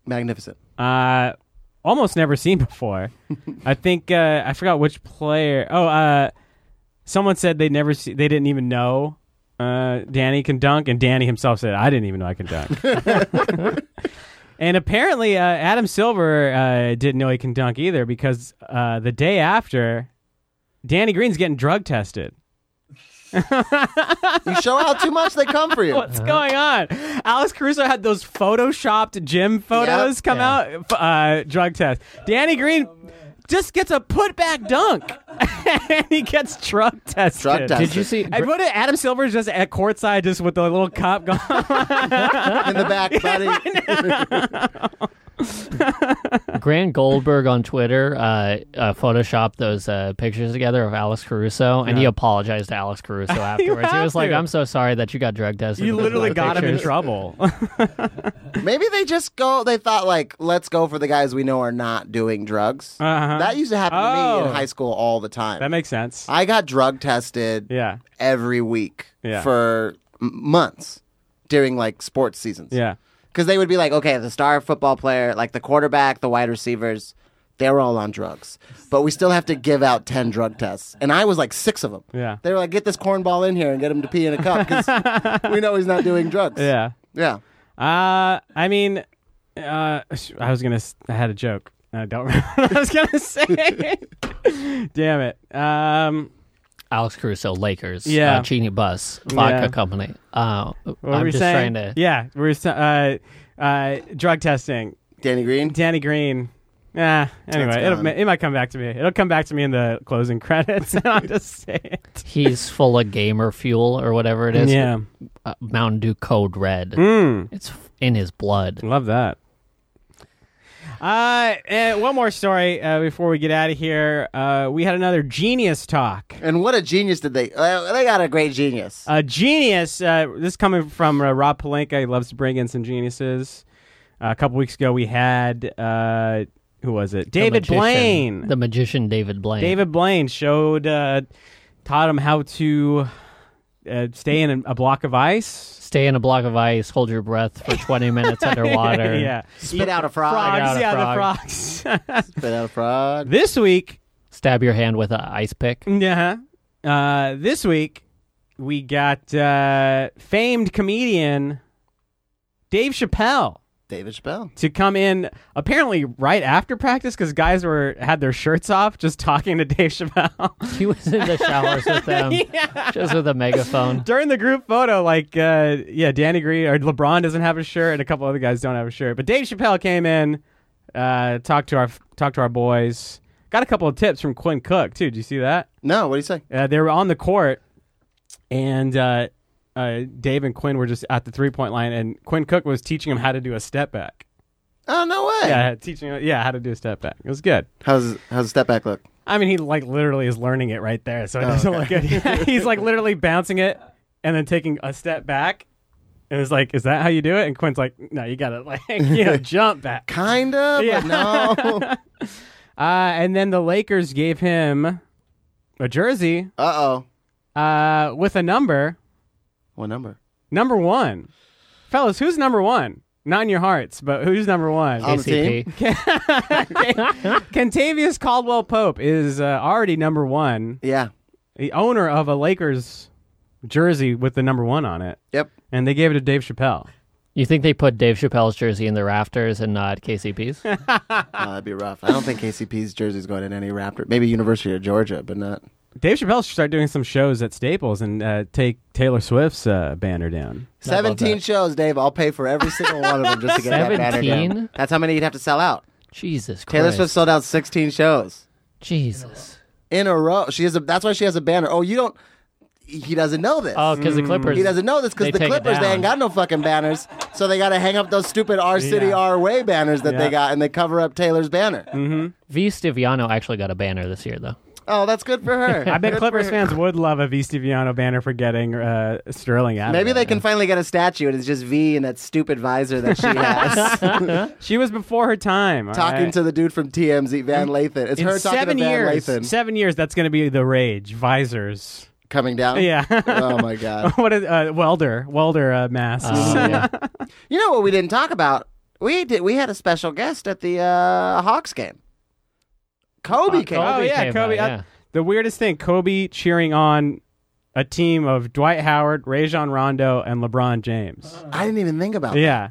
Magnificent.
Uh, almost never seen [laughs] before. I think uh, I forgot which player. Oh, uh, someone said they never see, they didn't even know uh, Danny can dunk, and Danny himself said I didn't even know I can dunk. and apparently, uh, Adam Silver uh, didn't know he can dunk either because uh, the day after, Danny Green's getting drug tested.
You show out too much, they come for
[laughs]
you.
What's going on? Alex Caruso had those photoshopped gym photos
Yep.
come
Yeah.
out. f- Uh, drug test. Danny Green just gets a putback dunk, [laughs] and he gets drug tested.
Drug tested.
Did you see?
And what did Adam Silver's just at courtside, just with the little cop going?
in the
[laughs]
back, buddy.
Grant Goldberg on Twitter uh, uh, photoshopped those uh, pictures together of Alex Caruso, and he apologized to Alex
[laughs]
Caruso afterwards. he
have
was like,
to.
"I'm so sorry that you got drug
[laughs]
tested."
you
with those
literally
other
got him in
[laughs]
pictures."
trouble.
Maybe they just go. They thought like, let's go for the guys we know are not doing drugs.
Uh-huh.
That used to happen to me
Oh.
in high school all the time.
that makes sense.
I got drug tested
Yeah,
every week
Yeah.
for m- months during like sports seasons.
yeah.
because they would be like, okay, the star football player, like the quarterback, the wide receivers, they were all on drugs, but we still have to give out ten drug tests, and I was like six of them.
Yeah.
they were like, get this cornball in here and get him to pee in a cup because we know he's not doing drugs.
Yeah.
yeah.
Uh, I mean, uh, sh- I was gonna. s- I had a joke. I don't [laughs] remember what I was gonna say. Damn it. Um,
Alex Caruso, Lakers,
Yeah.
uh, Genie Bus Vodka
Yeah.
Company. Uh,
what were
I'm
we
just
saying?
trying to.
Yeah, we were s- uh, uh, drug testing.
Danny Green.
Danny Green. Ah,
That's
anyway, it'll,
gone.
ma- it might come back to me. It'll come back to me in the closing [laughs] credits, and I'll just say it.
He's full of gamer fuel or whatever it is.
yeah,
Uh, Mountain Dew Code Red.
Mm,
It's f- in his blood.
love that. Uh, and one more story uh, before we get out of here. Uh, we had another genius talk.
And what a genius did they? Uh, they got a great genius.
A genius. Uh, this is coming from uh, Rob Palenka. He loves to bring in some geniuses. Uh, a couple weeks ago, we had uh, who was it?
The
David
magician-
Blaine.
The magician David Blaine.
David Blaine showed uh, taught him how to uh, stay in a, a block of ice.
Stay in a block of ice, hold your breath for 20 minutes underwater.
[laughs] yeah,
Spit out a frog.
frogs.
out a
Yeah,
frog.
the frogs. [laughs]
Spit out a frog.
this week,
Stab your hand with an ice pick.
yeah. Uh, this week we got uh, famed comedian Dave Chappelle.
David Chappelle.
to come in apparently right after practice because guys were had their shirts off just talking to Dave Chappelle [laughs]
He was in the
[laughs]
showers with them, just with a megaphone.
during the group photo. Like, uh, yeah, Danny Green or LeBron doesn't have a shirt, and a couple other guys don't have a shirt. But Dave Chappelle came in, uh, talked to our talked to our boys. Got a couple of tips from Quinn Cook too. Did you see that?
No, what do you say?
Uh, they were on the court, and uh, uh, Dave and Quinn were just at the three point line, and Quinn Cook was teaching him how to do a step back.
Oh no way.
Yeah, teaching him, yeah, how to do a step back. It was good.
How's how's the step back look?
I mean, he like literally is learning it right there, so it doesn't look good. [laughs] He's like literally bouncing it and then taking a step back, and it's like, "Is that how you do it?" And Quinn's like, "No, you gotta like [laughs] you know jump back."
Kinda,
Yeah.
but no.
Uh, and then the Lakers gave him a jersey
uh oh.
uh, with a number,
What number?
number one. Fellas, who's number one? Not in your hearts, but who's number one?
On the
KCP.
Contavious Caldwell Pope is uh, already number one.
Yeah.
the owner of a Lakers jersey with the number one on it,
Yep.
and they gave it to Dave Chappelle.
You think they put Dave Chappelle's jersey in the rafters and not
[laughs]
KCP's?
Oh, that'd be rough. I don't think KCP's jersey's going in any Raptor. Maybe University of Georgia, but not.
Dave Chappelle should start doing some shows at Staples and uh, take Taylor Swift's uh, banner down.
Seventeen shows, Dave. I'll pay for every single one of them just to get that banner down.
17?
That's how many you'd have to sell out.
Jesus Christ.
Taylor Swift sold out sixteen shows
Jesus.
in a row. She has a. That's why she has a banner. Oh, you don't. He doesn't know this.
Oh, because the Clippers.
Hmm. He doesn't know this
They
because the
take it
Clippers they
down.
ain't got no fucking banners, so they got to hang up those stupid "Our City,
Yeah.
Our Way" banners that
Yeah. Mm.
they got, and they cover up Taylor's banner.
V. Stiviano actually got a banner this year,
[laughs]
though.
Oh, that's good for her.
[laughs] I
Good
bet
for
Clippers
her.
fans would love a V. Stiviano banner for getting uh, Sterling out. of
Maybe
it.
they can finally get a statue, and it's just V and that stupid visor
[laughs]
that she has,
She was before her time. all
talking
right?
to the dude from TMZ, Van Lathan. It's
In
her talking
seven
to Van
years.
Lathan
Seven years. That's going to be the rage. Visors. [laughs]
coming down.
Yeah. [laughs]
oh my god.
what is uh, welder? Welder uh, masks. [laughs]
Oh, yeah.
You know what we didn't talk about? We did. We had a special guest at the uh, Hawks game. Kobe
Uh,
came.
Oh
Kobe
yeah,
came
Kobe.
out,
uh,
yeah.
the weirdest thing: Kobe cheering on a team of Dwight Howard, Rajon Rondo, and LeBron James.
I didn't even think about. that.
Oh. Yeah,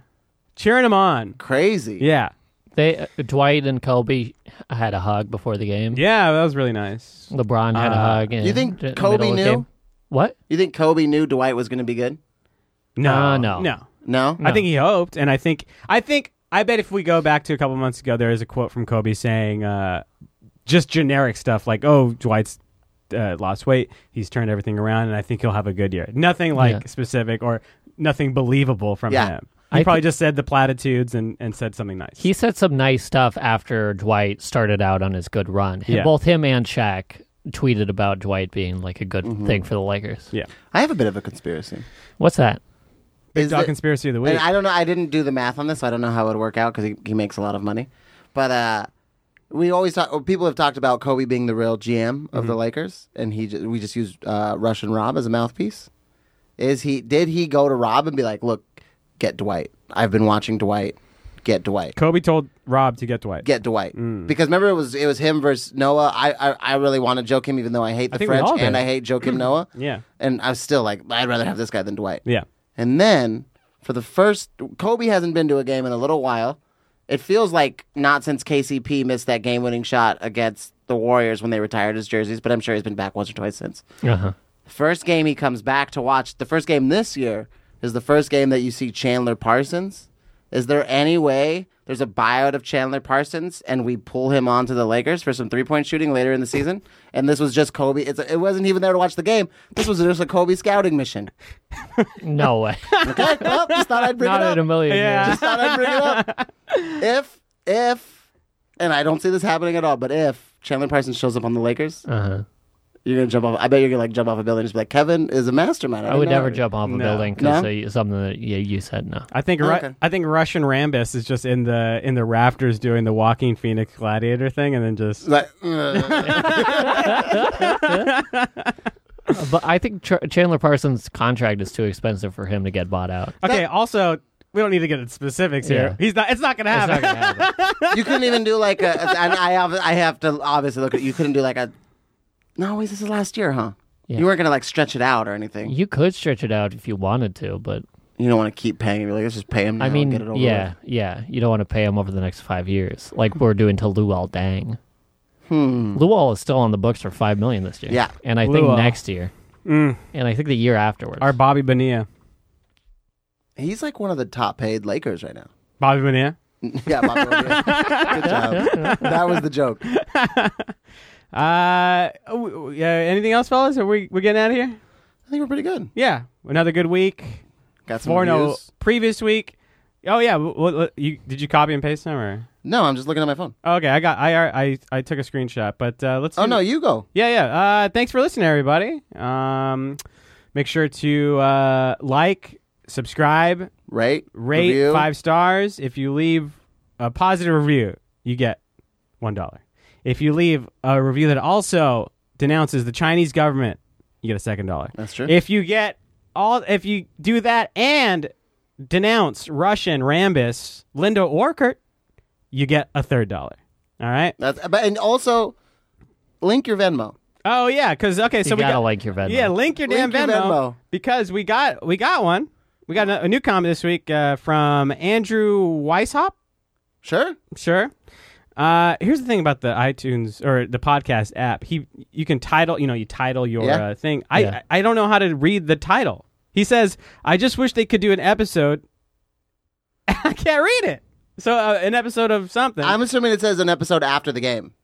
cheering him on.
Crazy.
Yeah,
They uh, Dwight and Kobe had a hug before the game.
yeah, that was really nice.
LeBron had a
Uh,
hug. in
you think
the
Kobe
middle of the
knew?
game. What?
You think Kobe knew Dwight was going to be good?
No,
Uh, no.
no.
No.
I think he hoped, and I think, I think, I bet if we go back to a couple months ago, there is a quote from Kobe saying, uh, just generic stuff like, "Oh, Dwight's uh, lost weight. He's turned everything around, and I think he'll have a good year." Nothing like
Yeah.
specific or nothing believable from
Yeah.
him. He
I
probably
thi-
just said the platitudes and, and said something nice.
He said some nice stuff after Dwight started out on his good run.
Yeah.
Both him and Shaq tweeted about Dwight being like a good
Mm-hmm.
thing for the Lakers.
yeah.
I have a bit of a conspiracy.
What's that?
Is
Dog
that-
conspiracy of the week.
and I don't know. I didn't do the math on this, so I don't know how it would work out because he, he makes a lot of money. But uh, we always talk. or People have talked about Kobe being the real GM of
Mm-hmm.
the Lakers, and he ju- we just used uh, Russian Rob as a mouthpiece. Is he? Did he go to Rob and be like, "Look, get Dwight. I've been watching Dwight. Get Dwight."
Kobe told Rob to get Dwight.
Get Dwight
Mm.
because remember it was it was him versus Noah. I I, I really want to joke him even though I hate the
think we
French
all did.
and I hate joke him Noah.
[clears throat] Yeah.
and I was still like I'd rather have this guy than Dwight.
yeah.
And then for the first, Kobe hasn't been to a game in a little while. It feels like not since KCP missed that game winning shot against the Warriors when they retired his jerseys, but I'm sure he's been back once or twice since.
Uh-huh.
First game he comes back to watch, the first game this year is the first game that you see Chandler Parsons. Is there any way there's a buyout of Chandler Parsons and we pull him onto the Lakers for some three point shooting later in the season? And this was just Kobe. It's, it wasn't even there to watch the game. This was just a Kobe scouting mission.
No way.
Okay, [laughs] well, just thought I'd bring
Not
it up.
in a million
Yeah.
years.
Just thought I'd bring it
[laughs]
up. If, if, and I don't see this happening at all, but if Chandler Parsons shows up on the Lakers,
Uh-huh.
you're gonna jump off. I bet you're gonna like jump off a building and just be like, Kevin is a mastermind. I,
I
didn't
would
know
never
it."
jump off a
No.
building
No?
because something that yeah, you said no.
I think Ru-
Okay.
I think Russian Rambus is just in the in the rafters doing the walking phoenix gladiator thing, and then just
[laughs]
Like, uh,
But I think Ch- Chandler Parsons' contract is too expensive for him to get bought out.
okay. also, we don't need to get into specifics here.
Yeah.
He's not. It's not gonna
It's
happen.
not gonna happen.
you couldn't even do like a. And I, ob- I have to obviously look at. You couldn't do like a. No, wait, this is last year, huh?
Yeah.
You weren't gonna like stretch it out or anything. You,
[laughs] you could stretch it out if you wanted to, but
don't want to keep paying. You're like, let's just pay him. Now
I mean,
and get it over
yeah, yeah. You don't want to pay him over the next five years, like we're doing to Luol Dang. Hmm. Luol is still on the books for five million this year.
Yeah.
and I think
Luol.
next year, and I think the year afterwards.
Our Bobby Bonilla.
with. He's like one of the top paid Lakers right
[laughs]
now.
Bobby Bonilla.
yeah, Bob Williams. good
[laughs]
job. That was the joke.
Uh, w- w- uh, anything else, fellas? Are we we getting out of here?
I think we're pretty good.
Yeah, another good week.
Got some
Forno
reviews.
previous week. Oh yeah, w- w- you did you copy and paste them or? Oh,
No, I'm just looking at my phone.
Okay, I got I I I took a screenshot, but uh, let's.
Oh
do-
no, you go.
Yeah, yeah. Uh, thanks for listening, everybody. Um, make sure to uh, like, subscribe,
Right?
rate
Review.
five stars. If you leave a positive review, you get one dollar. If you leave a review that also denounces the Chinese government, you get a second dollar.
That's true.
If you get all, if you do that and denounce Russian Rambus, Linda Orkert, you get a third dollar. All right.
That's but and also link your Venmo.
Oh yeah, because okay,
you
so we
gotta
got
like your Venmo.
Yeah, link your damn
Link your
Venmo,
Venmo.
because we got we got one. We got a, a new comment this week uh, from Andrew Weishaupt.
Sure.
Sure. Uh, here's the thing about the iTunes or the podcast app. He, you can title, you know, you title your
Yeah.
uh, thing. I,
Yeah.
I don't know how to read the title. He says, "I just wish they could do an episode." [laughs] I can't read it. So uh, an episode of something.
I'm assuming it says an episode after the game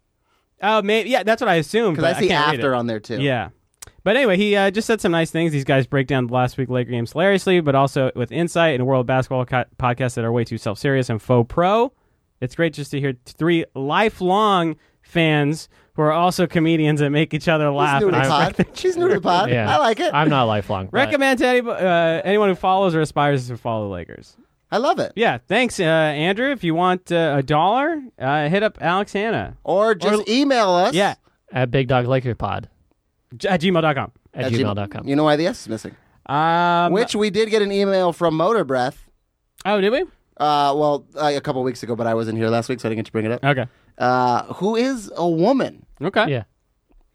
Oh, maybe yeah. That's what I assumed.
because
but
I see
can't read it.
after on there too.
Yeah. But anyway, he uh, just said some nice things. These guys break down the last week Laker games hilariously, but also with insight and world basketball co- podcasts that are way too self serious and faux pro. It's great just to hear t- three lifelong fans who are also comedians that make each other
She's
laugh.
new to
And
the
I
pod. She's new to
[laughs]
the pod.
Yeah.
I like it. i
I'm not lifelong. but-
recommend to any, uh, anyone who follows or aspires to follow the Lakers.
love it.
Yeah, thanks, uh, Andrew. If you want uh, a dollar, uh, hit up Alex Hanna
Or just email us.
Yeah,
at Big Dog Laker Pod
j- at gmail.com.
at,
at
gmail.com.
gmail- You know why the S is missing?
Um,
Which we did get an email from Motor Breath.
Oh, did we?
Uh, well, uh, a couple weeks ago, but I wasn't here last week, so I didn't get to bring it up.
Okay.
Uh, who is a woman?
Okay.
Yeah.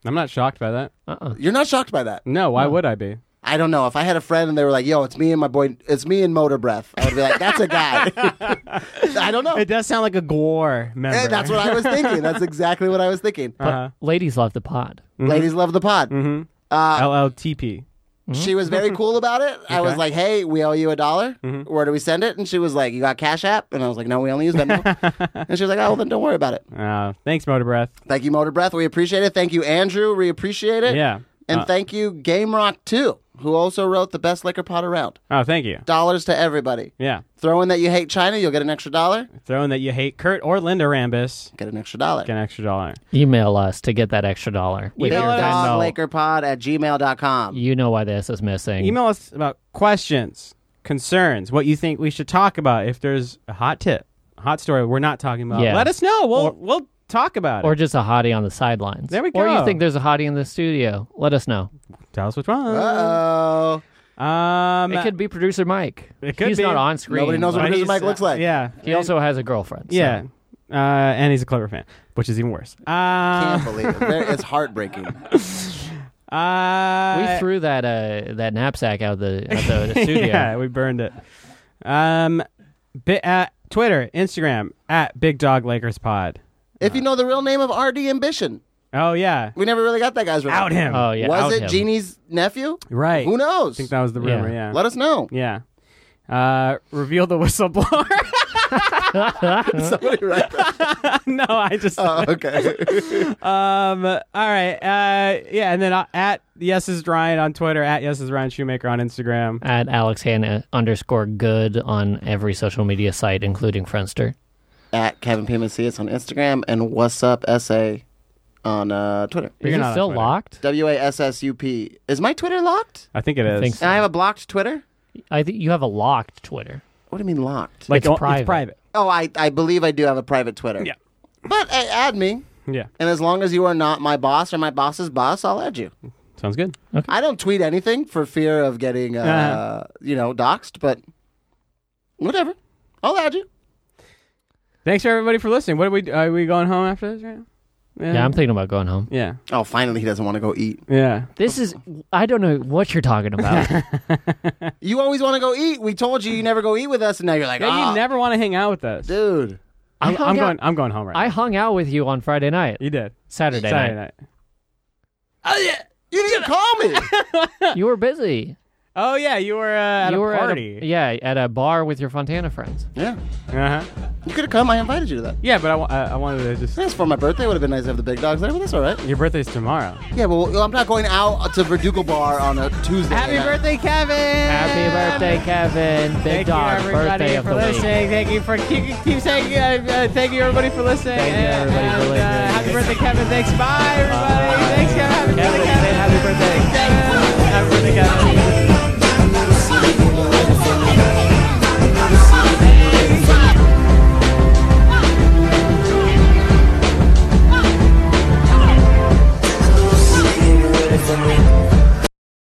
I'm not shocked by that.
Uh-uh.
You're not shocked by that.
No, why would I be?
I don't know. If I had a friend and they were like, "Yo, it's me and my boy, it's me and Motor Breath," I would be like, "That's
[laughs]
a guy." I don't know.
It does sound like a Gore member.
Eh, that's what I was thinking. That's exactly what I was thinking.
Uh,
But ladies love the pod.
mm-hmm.
Ladies love the pod. Uh,
LLTP.
She was very cool about it. I
Okay.
was
Mm-hmm.
like, "Hey, we owe you a dollar. Where do we send it?" And she was like, "You got Cash App?" And I was like, "No, we only
[laughs]
use Venmo." and she was like, "Oh, well, then don't worry about it."
Uh, thanks, Motor Breath.
Thank you, Motor Breath. We appreciate it. Thank you, Andrew. We appreciate it.
Yeah.
Eh, And
Uh,
thank you, Game Rock too, who also wrote the best liquor pot around.
oh, thank you.
Dollars to everybody.
Yeah.
Throw in that you hate China, you'll get an extra dollar.
Throwing that you hate Kurt or Linda Rambis,
Get an extra dollar.
get an extra dollar.
Email us to get that extra dollar. with
Email
your
us.
Venmo.
LakerPod at gmail.com.
You know why this is missing.
Email us about questions, concerns, what you think we should talk about. If there's a hot tip, a hot story we're not talking about,
Yeah.
let us know. We'll we'll talk about
or
it.
just a hottie on the sidelines.
There we
Or
go.
you think there's a hottie in the studio? Let us know.
Tell us what's wrong.
Uh oh.
Um,
It could be producer Mike.
It could
He's
be.
not on screen.
Nobody knows
but
what
but
producer
he's-
Mike looks like.
Yeah.
He also has a girlfriend. so-
Yeah. Uh, and he's a clever fan, which is even worse.
Can't
Uh,
believe it. There- It's heartbreaking.
uh,
We threw that uh, that knapsack out of the, out
[laughs]
the studio.
yeah, we burned it. Um, bi- uh, Twitter, Instagram at Big Dog Lakers Pod.
[laughs] If you know the real name of RD Ambition,
Oh yeah,
we never really got that guy's real
out
name.
him.
Oh yeah. out
Was it
him.
Genie's nephew?
right.
Who
I
knows?
think that was the
Yeah.
rumor. Yeah.
Let
[laughs]
us know.
yeah. Uh, reveal the whistleblower. [laughs]
Somebody write that.
no, I just.
[laughs] Oh, okay.
Um. All right. Uh. Yeah. And then uh, at yes is Ryan on Twitter. At yes is Ryan Shoemaker on Instagram.
At Alex Hanna underscore good on every social media site, including Friendster.
[laughs] at Kevin P. Macias on Instagram and What's Up SA on uh, Twitter.
You're
is
not
it
on
still
Twitter.
locked?
W A S S U P. Is my Twitter locked?
I think it is.
think so.
And I have a blocked Twitter?
I think you have a locked Twitter.
What do you mean locked?
Like
It's
oh,
private.
Oh, I, I believe I do have a private Twitter.
Yeah.
But uh, add me.
Yeah.
And as long as you are not my boss or my boss's boss, I'll add you.
Sounds good.
I don't tweet anything for fear of getting, uh,
Uh-huh.
you know, doxxed, but whatever. I'll add you.
Thanks for everybody for listening. What are we? Are we going home after this right now?
Yeah, I'm thinking about going home.
Yeah.
Oh, finally, he doesn't want to go eat.
Yeah.
This is I don't know what you're
[laughs]
talking about.
You always want to go eat. We told you you never go eat with us, and now you're like,
Yeah,
ah,
Uh,
you never want to hang out with us.
dude.
I
I'm,
hung
I'm
out-
going. I'm going home right.
I
now.
hung out with you on Friday night,
You did
Saturday,
Saturday
night.
night.
You didn't call me.
[laughs]
You were busy.
Oh yeah, you were uh, [laughs] at
you
a
were At a,
party.
yeah, at a bar with your Fontana friends.
yeah.
uh-huh.
You could have come. I invited you to that.
Yeah, but I, wa- I, I wanted to just.
That's for my birthday. Would have been nice to have the big dogs there, but that's all right.
Your birthday's tomorrow.
Yeah, well, I'm not going out to Verdugo Bar on a Tuesday.
Happy
night.
birthday, Kevin!
Happy birthday, Kevin. Big
Thank
dog
you everybody
birthday of
for
the week.
listening. Thank you for keep, keep saying. Uh, uh, thank you everybody for listening.
Thank you,
and,
everybody, for
and,
listening.
Uh, happy birthday, Kevin! Thanks. Bye, everybody. Thanks, Kevin. Happy
Kevin,
birthday, Kevin.
happy birthday.